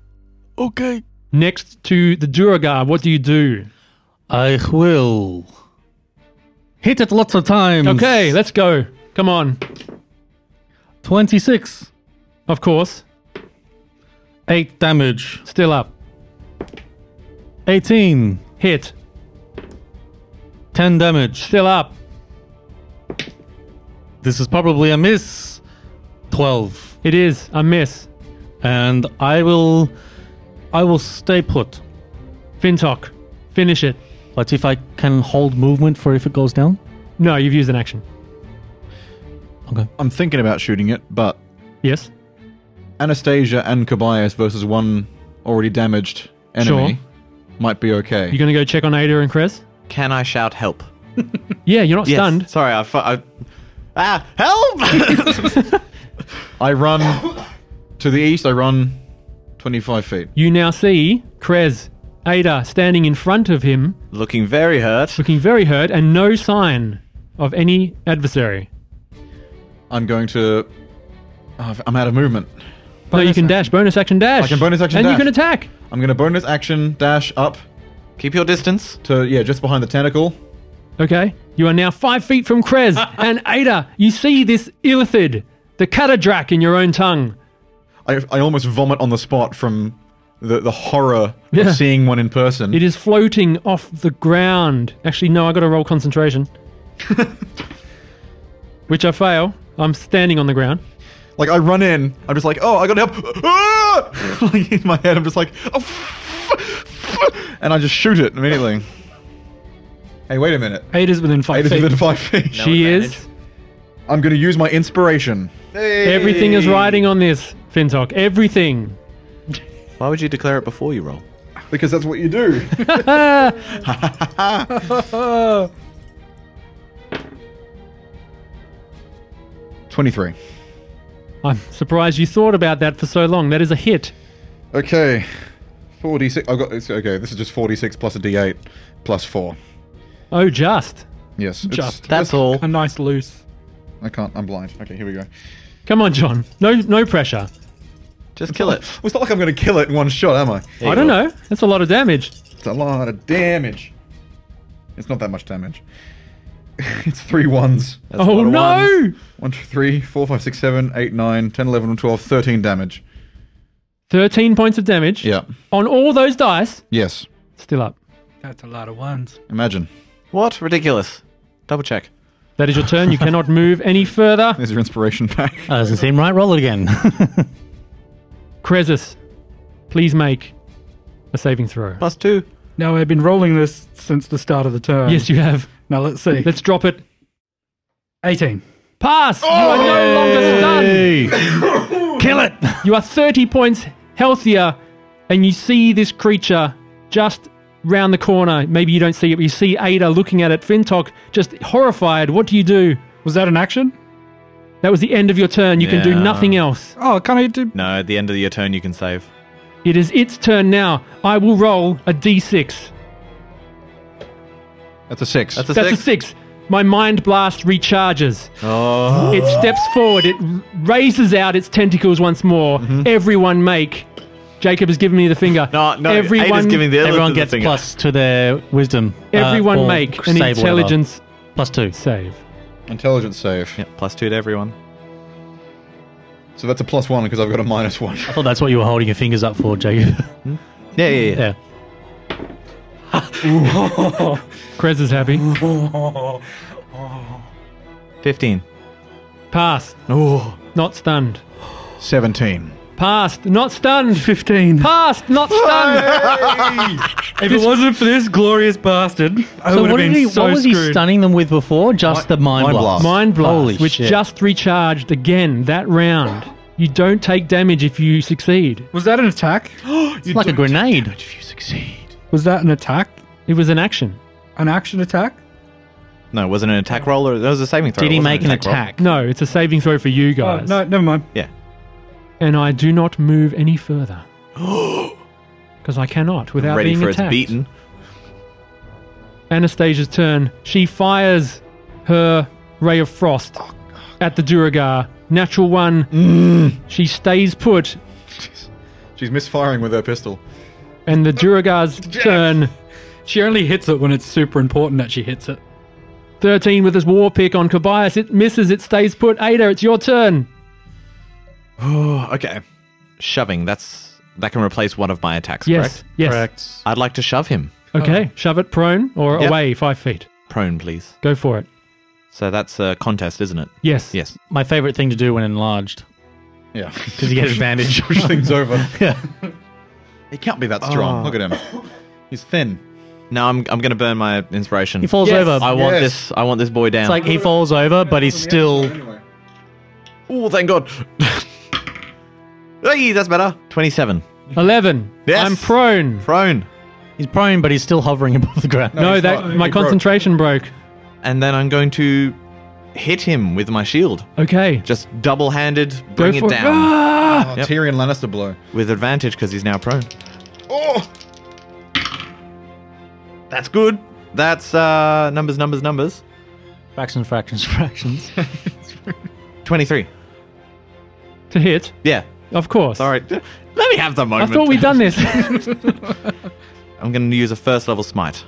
Speaker 4: Okay.
Speaker 1: Next to the Duragar, what do you do?
Speaker 4: I will hit it lots of times.
Speaker 1: Okay, let's go. Come on.
Speaker 4: 26.
Speaker 1: Of course,
Speaker 4: 8 damage.
Speaker 1: still up.
Speaker 4: 18.
Speaker 1: Hit.
Speaker 4: 10 damage.
Speaker 1: Still up.
Speaker 4: This is probably a miss. 12.
Speaker 1: It is a miss.
Speaker 4: And I will. I will stay put.
Speaker 1: Fintok, finish it.
Speaker 4: But if I can hold movement for if it goes down.
Speaker 1: No, you've used an action.
Speaker 4: Okay.
Speaker 5: I'm thinking about shooting it, but
Speaker 1: Yes.
Speaker 5: Anastasia and Kobayas versus one already damaged enemy
Speaker 1: Sure.
Speaker 5: might be okay.
Speaker 1: You're gonna go check on Ada and Krez.
Speaker 2: Can I shout help?
Speaker 1: Yeah, you're not stunned.
Speaker 2: Sorry, I, fu- I, Ah, help!
Speaker 5: I run to the east. I run 25 feet.
Speaker 1: You now see Krez, Ada standing in front of him,
Speaker 2: Looking very hurt.
Speaker 1: looking very hurt, and no sign of any adversary.
Speaker 5: I'm going to. Oh, I'm out of movement.
Speaker 1: No, you can dash, bonus action dash.
Speaker 5: I can bonus action
Speaker 1: and
Speaker 5: dash.
Speaker 1: you can attack.
Speaker 5: I'm going to bonus action dash up
Speaker 2: Keep your distance.
Speaker 5: to yeah, just behind the tentacle.
Speaker 1: Okay. You are now five feet from Krez and Ada. You see this Illithid, the Catadrak in your own tongue.
Speaker 5: I, I almost vomit on the spot from the the horror
Speaker 1: Yeah.
Speaker 5: of seeing one in person.
Speaker 1: It is floating off the ground. Actually, no, I got to roll concentration, which I fail. I'm standing on the ground.
Speaker 5: Like I run in, I'm just like, oh, I gotta help! Ah! like in my head, I'm just like, oh, f- f- and I just shoot it immediately. hey, wait a minute!
Speaker 3: Ada's within five
Speaker 5: Eight is
Speaker 3: feet.
Speaker 5: within five feet.
Speaker 1: she
Speaker 2: advantage.
Speaker 1: is.
Speaker 5: I'm gonna use my inspiration.
Speaker 1: Everything is riding on this, Fintok. Everything.
Speaker 2: Why would you declare it before you roll?
Speaker 5: Because that's what you do. Twenty-three.
Speaker 1: I'm surprised you thought about that for so long. That is a hit.
Speaker 5: Okay, forty-six. I've got it's- okay. This is just forty-six plus a D8 plus four.
Speaker 1: Oh, just.
Speaker 5: Yes, it's-
Speaker 3: Just-
Speaker 4: That's all.
Speaker 3: A nice loose.
Speaker 5: I can't. I'm blind. Okay, here we go.
Speaker 1: Come on, John. No, no pressure.
Speaker 2: Just kill it.
Speaker 5: Well, it's not like I'm gonna kill it in one shot, am I?
Speaker 1: I don't know. That's a lot of damage.
Speaker 5: It's a lot of damage. It's not that much damage. it's three ones.
Speaker 2: That's a
Speaker 1: oh
Speaker 2: lot of
Speaker 1: no!
Speaker 2: ones.
Speaker 5: One, two, three, four, five, six, seven, eight, nine, 10, 11, 12, 13 damage.
Speaker 1: Thirteen points of damage.
Speaker 5: Yeah.
Speaker 1: On all those dice,
Speaker 5: Yes.
Speaker 1: still up.
Speaker 3: That's a lot of ones.
Speaker 5: Imagine.
Speaker 2: What? Ridiculous. Double check.
Speaker 1: That is your turn. You cannot move any further.
Speaker 5: There's your inspiration pack.
Speaker 4: That doesn't seem right. Roll it again.
Speaker 1: Krezus, please make a saving throw.
Speaker 2: Plus two.
Speaker 3: Now I've been rolling this since the start of the turn.
Speaker 1: Yes, you have.
Speaker 3: Now let's see.
Speaker 1: Let's drop it.
Speaker 3: 18.
Speaker 1: Pass. you are no longer stunned.
Speaker 4: kill it.
Speaker 1: You are thirty points healthier, and you see this creature just round the corner. Maybe you don't see it, but you see Ada looking at it. Fintok just horrified. What do you do?
Speaker 3: Was that an action?
Speaker 1: That was the end of your turn. You can do
Speaker 2: Yeah.
Speaker 1: nothing else.
Speaker 3: Oh, can I do.
Speaker 2: No, at the end of your turn, you can save.
Speaker 1: It is its turn now. I will roll a d6.
Speaker 5: That's a six.
Speaker 2: That's a
Speaker 1: That's
Speaker 2: six.
Speaker 1: a six. My mind blast recharges.
Speaker 2: Oh.
Speaker 1: It steps forward. It r- raises out its tentacles once more. Everyone make. Jacob has given me the finger.
Speaker 2: Mm-hmm. No, no.
Speaker 1: Everyone,
Speaker 2: Ada's giving the other
Speaker 4: Everyone
Speaker 2: to the
Speaker 4: gets
Speaker 2: finger.
Speaker 4: plus to their wisdom. uh,
Speaker 1: everyone
Speaker 4: or
Speaker 1: make an
Speaker 4: save, whatever.
Speaker 1: intelligence
Speaker 4: Plus two.
Speaker 1: save.
Speaker 5: Intelligence save.
Speaker 2: Yeah, plus two to everyone.
Speaker 5: So that's a plus one because I've got a minus one.
Speaker 4: I thought that's what you were holding your fingers up for, Jacob.
Speaker 2: Yeah, yeah, yeah.
Speaker 4: yeah.
Speaker 1: Krez is happy.
Speaker 2: Fifteen.
Speaker 1: Passed.
Speaker 5: Oh.
Speaker 1: Not stunned.
Speaker 5: 17.
Speaker 1: Passed. Not stunned.
Speaker 3: 15.
Speaker 1: Passed. Not stunned.
Speaker 3: If it wasn't for this glorious bastard, I
Speaker 4: So
Speaker 3: would
Speaker 4: what,
Speaker 3: have
Speaker 4: did
Speaker 3: been
Speaker 4: he,
Speaker 3: so
Speaker 4: what was
Speaker 3: screwed.
Speaker 4: he stunning them with before? Just the mind,
Speaker 5: mind
Speaker 4: blast.
Speaker 5: blast.
Speaker 1: Mind blast,
Speaker 4: Holy
Speaker 1: which
Speaker 4: shit.
Speaker 1: just recharged again that round. You don't take damage if you succeed.
Speaker 3: was that an attack?
Speaker 4: It's like a grenade.
Speaker 3: Was that an attack?
Speaker 1: It was an action.
Speaker 3: An action attack?
Speaker 2: No, it wasn't an attack roll or that was a saving throw.
Speaker 4: Did he
Speaker 2: It wasn't
Speaker 4: make an
Speaker 2: roll.
Speaker 4: attack?
Speaker 1: No, it's a saving throw for you
Speaker 3: Oh,
Speaker 1: guys.
Speaker 3: no, never mind.
Speaker 2: Yeah.
Speaker 1: and I do not move any further. Because I cannot without
Speaker 2: Ready
Speaker 1: being
Speaker 2: for
Speaker 1: attacked.
Speaker 2: its beaten.
Speaker 1: Anastasia's turn. She fires her ray of frost
Speaker 2: Oh,
Speaker 1: at the Duragar. Natural one.
Speaker 2: Mm.
Speaker 1: She stays put,
Speaker 5: She's misfiring with her pistol.
Speaker 1: and the Duragar's turn.
Speaker 3: She only hits it when it's super important that she hits it.
Speaker 1: 13 with his war pick on Kobayas. It misses. It stays put. Ada, it's your turn.
Speaker 2: Oh, okay. Shoving. That's that can replace one of my attacks.
Speaker 1: Yes.
Speaker 2: Correct.
Speaker 1: Yes.
Speaker 2: I'd like to shove him.
Speaker 1: Okay. Shove it prone or
Speaker 2: Yep.
Speaker 1: away five feet.
Speaker 2: Prone, please.
Speaker 1: Go for it.
Speaker 2: So that's a contest, isn't it?
Speaker 1: Yes.
Speaker 2: Yes.
Speaker 4: My favorite thing to do when enlarged.
Speaker 5: Yeah.
Speaker 4: Because you get advantage.
Speaker 5: Push things over. yeah. He can't be that strong. Look at him. He's thin.
Speaker 2: No, I'm I'm gonna burn my inspiration.
Speaker 4: He falls
Speaker 1: Yes.
Speaker 4: over.
Speaker 2: I want
Speaker 5: Yes.
Speaker 2: this. I want this boy down.
Speaker 4: it's like he falls over, but he's still.
Speaker 2: oh, thank God. hey, that's better. Twenty-seven.
Speaker 1: 11.
Speaker 2: Yes.
Speaker 1: I'm prone.
Speaker 2: Prone.
Speaker 4: He's prone, but he's still hovering above the ground.
Speaker 1: No,
Speaker 5: he's
Speaker 1: that
Speaker 5: not.
Speaker 1: my
Speaker 5: He broke.
Speaker 1: concentration broke.
Speaker 2: And then I'm going to hit him with my shield.
Speaker 1: Okay.
Speaker 2: Just double handed, bring
Speaker 1: Go
Speaker 2: it
Speaker 1: for
Speaker 2: down
Speaker 1: Ah!
Speaker 5: Oh, Tyrion Lannister blow.
Speaker 2: with advantage because he's now prone.
Speaker 5: Oh,
Speaker 2: That's good. That's uh, numbers, numbers, numbers.
Speaker 4: Fractions, fractions, fractions.
Speaker 2: 23.
Speaker 1: To hit.
Speaker 2: Yeah.
Speaker 1: Of course.
Speaker 2: All right. Let me have the
Speaker 1: I
Speaker 2: moment.
Speaker 1: thought we'd done this.
Speaker 2: I'm going to use a first level smite.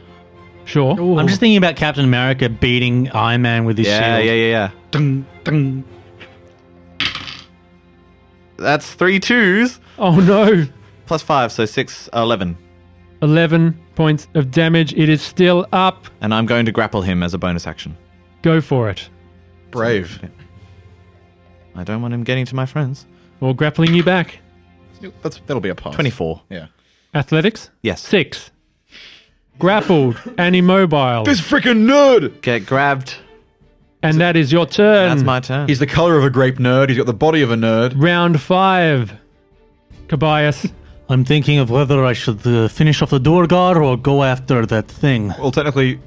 Speaker 1: sure.
Speaker 4: I'm just thinking about Captain America beating Iron Man with his
Speaker 2: Yeah,
Speaker 4: shield.
Speaker 2: yeah, yeah, yeah.
Speaker 3: Dun, dun.
Speaker 2: That's three twos
Speaker 1: Oh no.
Speaker 2: plus five, so six, eleven.
Speaker 1: 11 points of damage. It is still up.
Speaker 2: And I'm going to grapple him as a bonus action.
Speaker 1: Go for it.
Speaker 5: brave.
Speaker 2: I don't want him getting to my friends.
Speaker 1: Or grappling you back.
Speaker 5: That's that'll be a pass.
Speaker 2: 24.
Speaker 5: Yeah.
Speaker 1: Athletics?
Speaker 2: Yes.
Speaker 1: Six. Grappled and immobile.
Speaker 5: This freaking nerd.
Speaker 2: Get grabbed.
Speaker 1: And that is your turn.
Speaker 2: That's my turn.
Speaker 5: He's the color of a grape nerd. He's got the body of a nerd.
Speaker 1: Round five. Kobayas.
Speaker 4: I'm thinking of whether I should uh, finish off the door guard or go after that thing.
Speaker 5: Well, technically,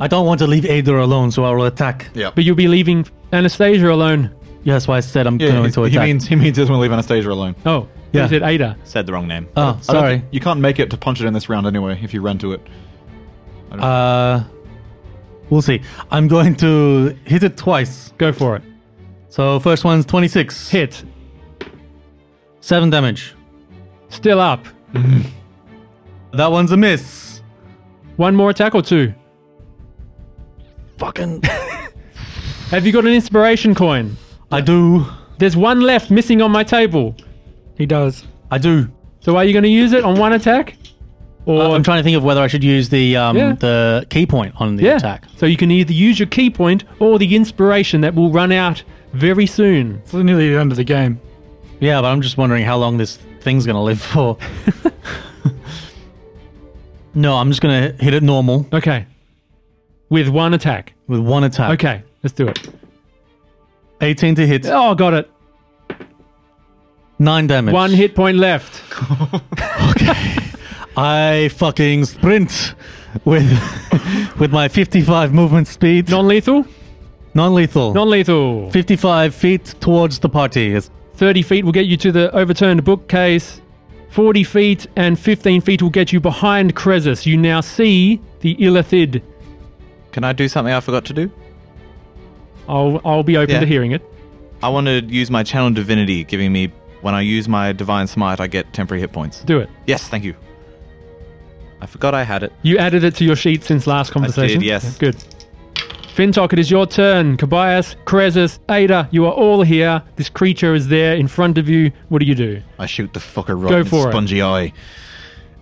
Speaker 4: I don't want to leave Ader alone, so I will attack.
Speaker 5: yeah.
Speaker 1: But you'll be leaving Anastasia alone.
Speaker 4: Yeah, that's why I said I'm
Speaker 5: Yeah,
Speaker 4: going
Speaker 5: he,
Speaker 4: to
Speaker 5: he
Speaker 4: attack.
Speaker 5: means he means he doesn't want to leave Anastasia alone.
Speaker 1: Oh,
Speaker 4: Yeah.
Speaker 1: you said Ada.
Speaker 2: Said the wrong name.
Speaker 4: oh,
Speaker 5: I don't
Speaker 4: sorry.
Speaker 5: think- you can't make it to punch it in this round anyway. If you ran to it,
Speaker 4: Uh, we'll see. I'm going to hit it twice.
Speaker 1: Go for it.
Speaker 4: So first one's 26.
Speaker 1: Hit.
Speaker 4: Seven damage.
Speaker 1: Still up.
Speaker 4: That one's a miss.
Speaker 1: One more attack or two.
Speaker 4: Fucking.
Speaker 1: Have you got an inspiration coin?
Speaker 4: I do.
Speaker 1: There's one left missing on my table.
Speaker 3: He does.
Speaker 4: I do.
Speaker 1: So are you going to use it on one attack? Or
Speaker 4: Uh, I'm trying to think of whether I should use the um,
Speaker 1: Yeah.
Speaker 4: the key point on the
Speaker 1: yeah.
Speaker 4: attack.
Speaker 1: So you can either use your key point or the inspiration that will run out very soon.
Speaker 3: It's nearly the end of the game.
Speaker 4: Yeah, but I'm just wondering how long this thing's gonna live for. no, I'm just gonna hit it normal
Speaker 1: Okay. With one attack.
Speaker 4: with one attack.
Speaker 1: Okay, let's do it.
Speaker 4: 18 to hit.
Speaker 1: Oh, got it.
Speaker 4: Nine damage.
Speaker 1: One hit point left.
Speaker 4: I fucking sprint with with my 55 movement speed.
Speaker 1: Non lethal?
Speaker 4: Non-lethal.
Speaker 1: Non lethal.
Speaker 4: 55 feet towards the party. It's
Speaker 1: 30 feet will get you to the overturned bookcase. 40 feet and 15 feet will get you behind Cresus. You now see the Illithid.
Speaker 2: Can I do something I forgot to do?
Speaker 1: I'll, I'll be open
Speaker 2: Yeah.
Speaker 1: to hearing it.
Speaker 2: I want to use my channel divinity, giving me when I use my divine smite, I get temporary hit points.
Speaker 1: Do it.
Speaker 2: Yes, thank you. I forgot I had it.
Speaker 1: You added it to your sheet since last conversation.
Speaker 2: yes.
Speaker 1: Good. Fintok, it is your turn. Kobayas, Krezus, Ada, you are all here. This creature is there in front of you. What do you do?
Speaker 5: I shoot the fucker right
Speaker 1: Go
Speaker 5: in its
Speaker 1: for it.
Speaker 5: spongy eye,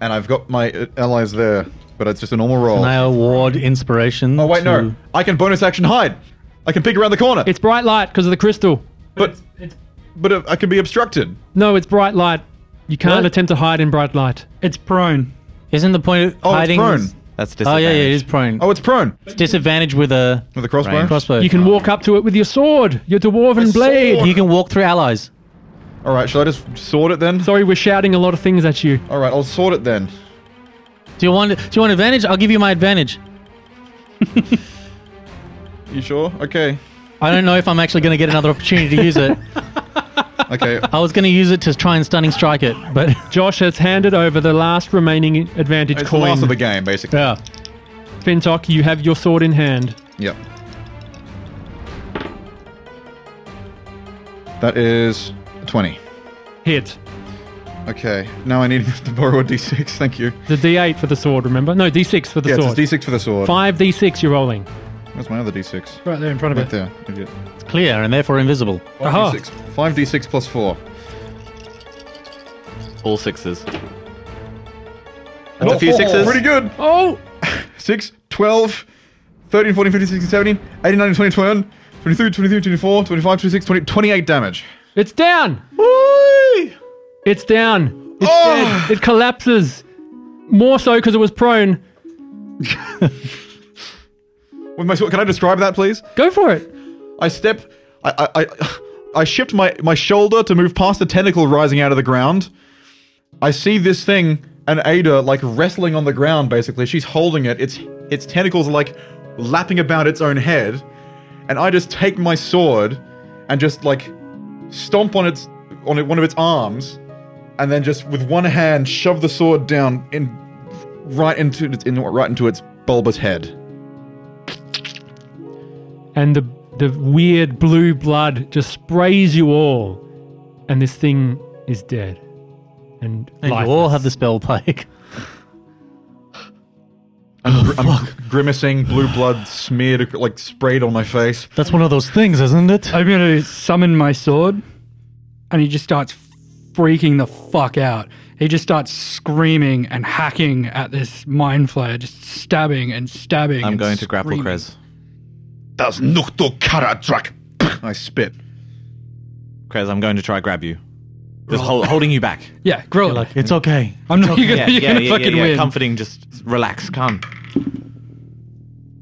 Speaker 5: and I've got my uh, allies there, but it's just a normal roll.
Speaker 4: and I award inspiration.
Speaker 5: oh wait, no,
Speaker 4: to-
Speaker 5: I can bonus action hide. I can peek around the corner,
Speaker 1: It's bright light because of the crystal.
Speaker 5: but but uh, I can be obstructed.
Speaker 1: No, it's bright light. You can't
Speaker 4: What?
Speaker 1: attempt to hide in bright light.
Speaker 3: It's prone.
Speaker 4: Isn't the point of
Speaker 5: Oh,
Speaker 4: hiding?
Speaker 5: it's prone.
Speaker 2: That's
Speaker 4: Oh
Speaker 2: disadvantage.
Speaker 4: yeah, yeah, it is prone.
Speaker 5: Oh, it's prone
Speaker 4: it's disadvantage with a
Speaker 5: with a crossbow.
Speaker 2: Right.
Speaker 4: crossbow.
Speaker 1: You can walk up to it with your sword, your dwarven
Speaker 5: My
Speaker 1: blade.
Speaker 5: sword.
Speaker 4: You can walk through allies.
Speaker 5: All right, shall I just sword it then?
Speaker 1: Sorry, we're shouting a lot of things at you.
Speaker 5: All right, I'll sword it then.
Speaker 4: Do you want? Do you want advantage? I'll give you my advantage.
Speaker 5: You sure? Okay,
Speaker 4: I don't know if I'm actually going to get another opportunity to use it.
Speaker 5: okay.
Speaker 4: I was going to use it to try and stunning strike it, but
Speaker 1: Josh has handed over the last remaining advantage
Speaker 5: It's the
Speaker 1: coin.
Speaker 5: last of the game, basically.
Speaker 4: yeah,
Speaker 1: Fintok, you have your sword in hand.
Speaker 5: Yep. That is twenty.
Speaker 1: Hit.
Speaker 5: Okay, now I need to borrow a d6. Thank you.
Speaker 1: The D8 for the sword, remember? No, D6 for the
Speaker 5: Yeah,
Speaker 1: sword.
Speaker 5: it's a d6 for the sword.
Speaker 1: 5d6 you're rolling.
Speaker 5: Where's my other d6?
Speaker 3: Right there in front of
Speaker 5: Right
Speaker 3: it.
Speaker 5: there. Idiot.
Speaker 4: it's clear and therefore invisible.
Speaker 1: Aha.
Speaker 5: 5d6. 5d6 plus 4.
Speaker 2: All sixes. That's a few sixes.
Speaker 5: Pretty good.
Speaker 1: Oh!
Speaker 5: 6, 12, 13, 14, 15, 16, 17, 18, 19, 20, 21, 22, 23, 24, 25, 26, 20, 28 damage.
Speaker 1: It's down! It's down. It's
Speaker 5: Oh.
Speaker 1: dead. It collapses. More so because it was prone.
Speaker 5: With my sword, can I describe that, please?
Speaker 1: Go for it.
Speaker 5: I step. I. I, I I shift my, my shoulder to move past the tentacle rising out of the ground. I see this thing and Ada like wrestling on the ground. Basically, she's holding it. Its its tentacles are like lapping about its own head, and I just take my sword and just like stomp on its on it- one of its arms, and then just with one hand shove the sword down in right into its in, right into its bulbous head.
Speaker 1: and the the weird blue blood just sprays you all, and this thing is dead. And,
Speaker 4: And you all have the spell plague.
Speaker 5: I'm, gr- I'm grimacing, blue blood smeared ac- like sprayed on my face.
Speaker 4: That's one of those things, isn't it?
Speaker 3: I'm gonna summon my sword, and he just starts freaking the fuck out. He just starts screaming and hacking at this mind flayer, just stabbing and stabbing.
Speaker 2: I'm
Speaker 3: and
Speaker 2: going to grapple
Speaker 3: screaming.
Speaker 2: Krez.
Speaker 5: Das Nuchto Karadrak. I spit.
Speaker 2: Krez, I'm going to try grab you. Just hol- holding you back.
Speaker 3: Yeah, grill it.
Speaker 4: Like, it's okay.
Speaker 3: I'm not. You're gonna, you're gonna fucking win.
Speaker 2: Comforting, just relax, calm.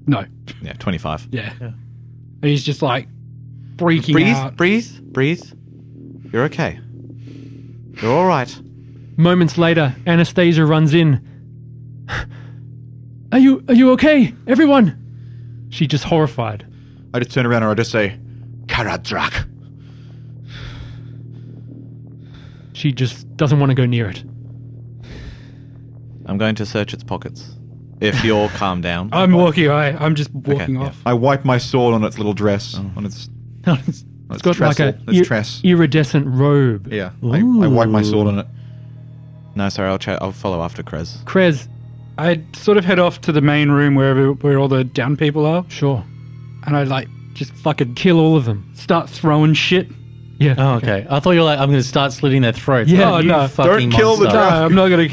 Speaker 3: no.
Speaker 2: Yeah, 25.
Speaker 3: Yeah. And he's just like freaking
Speaker 2: Breathe,
Speaker 3: out.
Speaker 2: breathe, breathe. You're okay. You're all right.
Speaker 1: Moments later, Anastasia runs in. Are you are you okay, everyone? She just horrified.
Speaker 5: I just turn around and I just say, Karadrak.
Speaker 1: She just doesn't want to go near it.
Speaker 2: I'm going to search its pockets. If you're calm down.
Speaker 3: I'm walking. I, I'm just walking
Speaker 2: yeah.
Speaker 3: off.
Speaker 5: I wipe my sword on its little dress. On its. Oh. on its
Speaker 1: It's got
Speaker 5: trestle.
Speaker 1: like a
Speaker 5: its
Speaker 1: ir-
Speaker 5: tress.
Speaker 1: iridescent robe.
Speaker 5: yeah. I, I wipe my sword on it.
Speaker 2: No, sorry, I'll, ch- I'll follow after Krez.
Speaker 1: Krez,
Speaker 3: I sort of head off to the main room wherever where all the down people are,
Speaker 1: sure.
Speaker 3: and I like just fucking
Speaker 1: Kill all of them.
Speaker 3: start throwing shit.
Speaker 1: Yeah.
Speaker 4: Oh, okay. I thought you were like, I'm going to start slitting their throats.
Speaker 1: Yeah,
Speaker 4: oh,
Speaker 1: you
Speaker 4: no.
Speaker 5: fucking Don't kill the
Speaker 3: No,
Speaker 5: monster.
Speaker 3: I'm not gonna.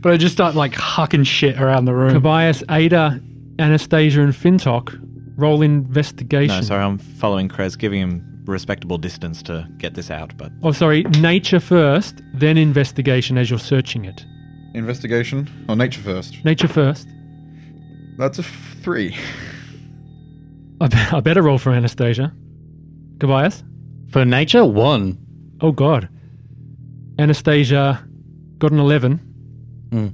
Speaker 3: But I just start like hucking shit around the
Speaker 2: Hmm.
Speaker 3: room.
Speaker 1: Tobias, Ada, Anastasia, and Fintok roll investigation.
Speaker 2: No, sorry, I'm following Krez, giving him respectable distance to get this out, but
Speaker 1: Oh, sorry. Nature first, then investigation as you're searching it.
Speaker 5: Investigation. Oh, nature first.
Speaker 1: Nature first.
Speaker 5: That's a f- three.
Speaker 1: I, be- I better roll for Anastasia. Tobias?
Speaker 4: For nature, one.
Speaker 1: Oh, God. Anastasia got an 11.
Speaker 4: Hmm.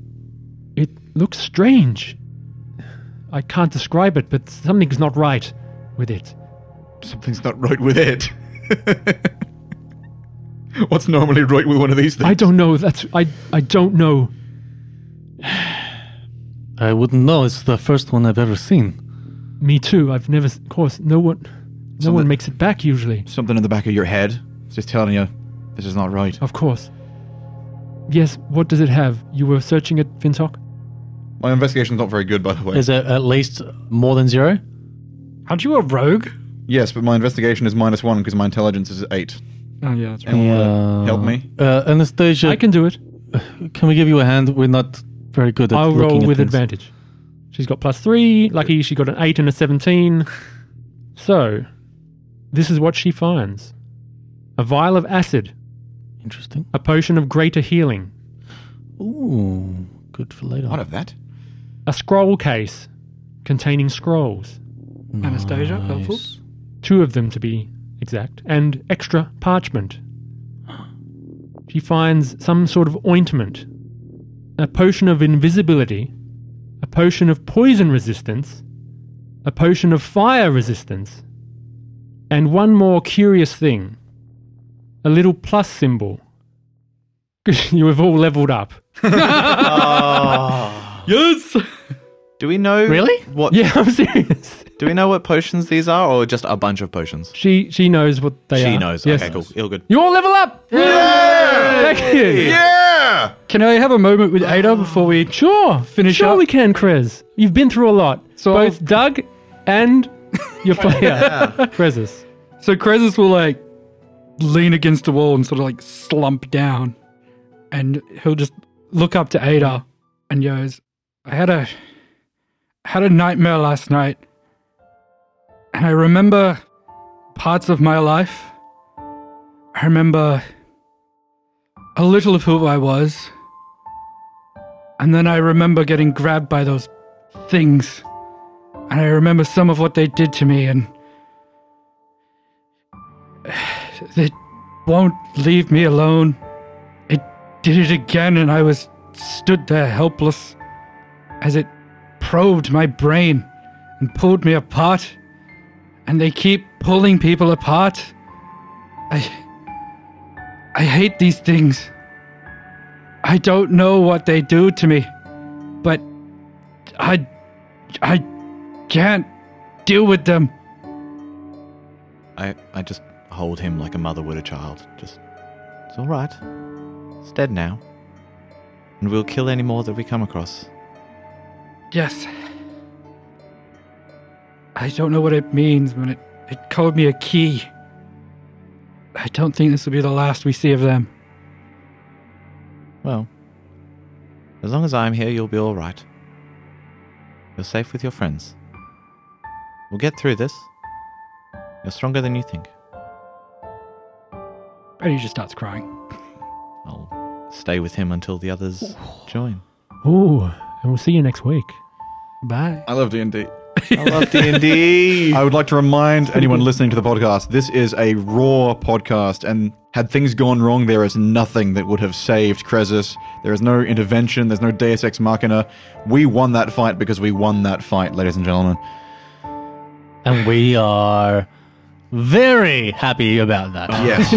Speaker 1: It looks strange. I can't describe it, but something's not right with it.
Speaker 5: Something's not right with it. What's normally right with one of these things?
Speaker 1: I don't know. That's I. I don't know.
Speaker 4: I wouldn't know. It's the first one I've ever seen.
Speaker 1: Me too. I've never. Of course, no one. No
Speaker 5: So
Speaker 1: one
Speaker 5: the-
Speaker 1: makes it back usually.
Speaker 5: Something in the back of your head. It's just telling you, this is not right.
Speaker 1: Of course. Yes. What does it have? You were searching it, Fintok.
Speaker 5: My investigation's not very good, by the way.
Speaker 4: Is it at least more than zero?
Speaker 3: Aren't you a rogue?
Speaker 5: yes, but my investigation is minus one because my intelligence is eight.
Speaker 3: Oh yeah, that's right.
Speaker 5: Anyone
Speaker 4: Yeah.
Speaker 5: wanna help me?
Speaker 4: Uh, Anastasia,
Speaker 1: I can do it.
Speaker 4: can we give you a hand? We're not very good at
Speaker 1: I'll
Speaker 4: looking
Speaker 1: roll
Speaker 4: at
Speaker 1: with
Speaker 4: things.
Speaker 1: advantage. She's got plus three. Lucky she got an eight and a seventeen. So, this is what she finds: a vial of acid,
Speaker 4: Interesting.
Speaker 1: a potion of greater healing,
Speaker 4: Ooh, good for later.
Speaker 5: What of that?
Speaker 1: a scroll case containing scrolls,
Speaker 3: Anastasia, helpful.
Speaker 4: Nice.
Speaker 1: two of them to be exact, and extra parchment. She finds some sort of ointment, a potion of invisibility, a potion of poison resistance, a potion of fire resistance, and one more curious thing a little plus symbol. you have all leveled up.
Speaker 3: Yes.
Speaker 2: do we know
Speaker 4: Really?
Speaker 2: What
Speaker 1: Yeah, I'm serious.
Speaker 2: do we know what potions these are, or just a bunch of potions?
Speaker 1: She she knows what they are.
Speaker 2: She knows.
Speaker 1: Yes.
Speaker 2: Okay, cool. Ill good.
Speaker 1: You all level up! Thank you!
Speaker 5: Yeah!
Speaker 3: Can I have a moment with Ada before we?
Speaker 1: Sure,
Speaker 3: Finish
Speaker 1: sure
Speaker 3: up.
Speaker 1: we can, Krez. You've been through a lot.
Speaker 3: So
Speaker 1: Both
Speaker 3: I'll-
Speaker 1: Doug and your player, Krezis.
Speaker 3: So Krezus will like lean against the wall and sort of like slump down, and he'll just look up to Ada and goes, "I had a had a nightmare last night, and I remember parts of my life. I remember a little of who I was, and then I remember getting grabbed by those things, and I remember some of what they did to me, and." They won't leave me alone. It did it again, and I was stood there helpless as it probed my brain and pulled me apart, and they keep pulling people apart. I. I hate these things. I don't know what they do to me, but I. I can't deal with them.
Speaker 2: I, I just hold him like a mother would a child. Just, it's all right. It's dead now. And we'll kill any more that we come across.
Speaker 3: Yes. I don't know what it means when it, it called me a key. I don't think this will be the last we see of them.
Speaker 2: Well, as long as I'm here, you'll be all right. You're safe with your friends. We'll get through this. You're stronger than you think.
Speaker 3: And he just starts crying.
Speaker 2: I'll stay with him until the others join.
Speaker 1: Ooh, and we'll see you next week.
Speaker 3: Bye.
Speaker 5: I love D&D.
Speaker 2: I love D&D.
Speaker 5: I would like to remind anyone listening to the podcast this is a raw podcast, and had things gone wrong, there is nothing that would have saved Krezus. There is no intervention, there's no Deus Ex Machina. We won that fight because we won that fight, ladies and gentlemen.
Speaker 4: And we are very happy about that.
Speaker 2: Oh.
Speaker 5: Yes.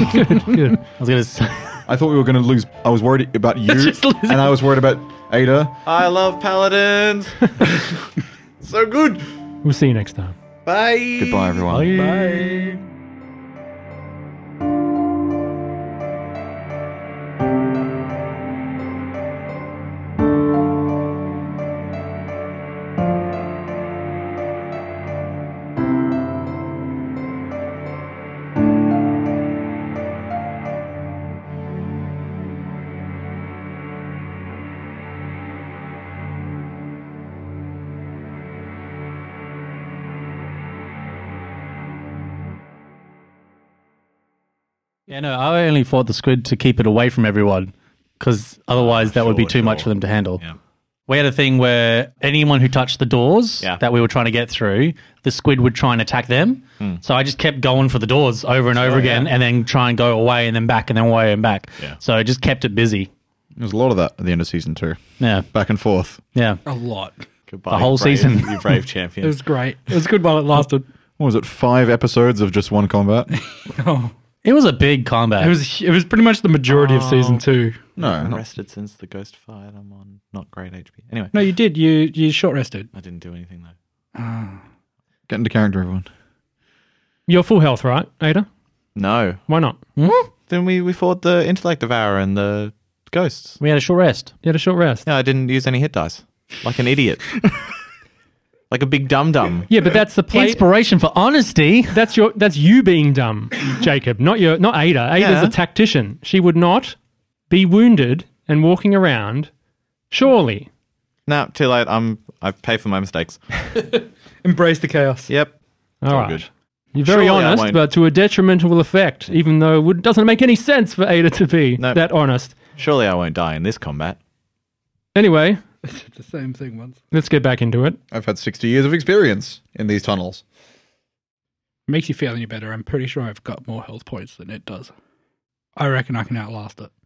Speaker 1: Good.
Speaker 4: I was going to say.
Speaker 5: I thought we were going to lose. I was worried about you, and I was worried about Ada.
Speaker 2: I love paladins. so good.
Speaker 1: We'll see you next time.
Speaker 2: Bye.
Speaker 5: Goodbye, everyone.
Speaker 4: Bye. Yeah, no, I only fought the squid to keep it away from everyone because otherwise that would be
Speaker 2: Sure,
Speaker 4: too much
Speaker 2: sure.
Speaker 4: for them to handle.
Speaker 2: Yeah.
Speaker 4: We had a thing where anyone who touched the doors
Speaker 2: Yeah.
Speaker 4: that we were trying to get through, the squid would try and attack them.
Speaker 2: Hmm.
Speaker 4: So I just kept going for the doors over and over again and then try and go away and then back and then away and back.
Speaker 2: Yeah.
Speaker 4: So I just kept it busy.
Speaker 5: There was a lot of that at the end of season two.
Speaker 4: Yeah.
Speaker 5: Back and forth.
Speaker 4: Yeah.
Speaker 3: A lot.
Speaker 2: Goodbye,
Speaker 4: The whole
Speaker 2: brave-
Speaker 4: season.
Speaker 2: You brave
Speaker 3: It
Speaker 2: champion.
Speaker 3: was great. It was good while Oh, it lasted.
Speaker 5: What was it? Five episodes of just one combat?
Speaker 3: Oh,
Speaker 4: It was a big combat.
Speaker 3: it was it was pretty much the majority of season two.
Speaker 5: No,
Speaker 2: I'm
Speaker 5: not
Speaker 2: rested since the ghost fight. I'm on not great HP. Anyway,
Speaker 3: No, you did. You you short rested.
Speaker 2: I didn't do anything though.
Speaker 5: get into character, everyone.
Speaker 1: You're full health, right, Ada?
Speaker 2: No.
Speaker 1: Why not?
Speaker 2: Then we, we fought the intellect devourer and the ghosts.
Speaker 4: we had a short rest.
Speaker 1: You had a short rest.
Speaker 2: No, I didn't use any hit dice. Like an idiot. like a big dum dum.
Speaker 1: Yeah, but that's the play.
Speaker 4: Inspiration for honesty.
Speaker 1: that's your. That's you being dumb, Jacob. Not your. Not Ada. Ada's
Speaker 2: Yeah.
Speaker 1: a tactician. She would not be wounded and walking around. Surely.
Speaker 2: No, too late. I'm I pay for my mistakes.
Speaker 3: Embrace the chaos.
Speaker 2: Yep.
Speaker 1: All
Speaker 2: all
Speaker 1: right.
Speaker 2: good.
Speaker 1: You're very
Speaker 2: Surely I
Speaker 1: honest,
Speaker 2: won't.
Speaker 1: but to a detrimental effect. Even though it would- doesn't make any sense for Ada to be
Speaker 2: No.
Speaker 1: that honest.
Speaker 2: Surely I won't die in this combat.
Speaker 1: Anyway,
Speaker 3: It's the same thing once.
Speaker 1: let's get back into it.
Speaker 5: I've had 60 years of experience in these tunnels.
Speaker 3: Makes you feel any better? I'm pretty sure I've got more health points than it does. I reckon I can outlast it.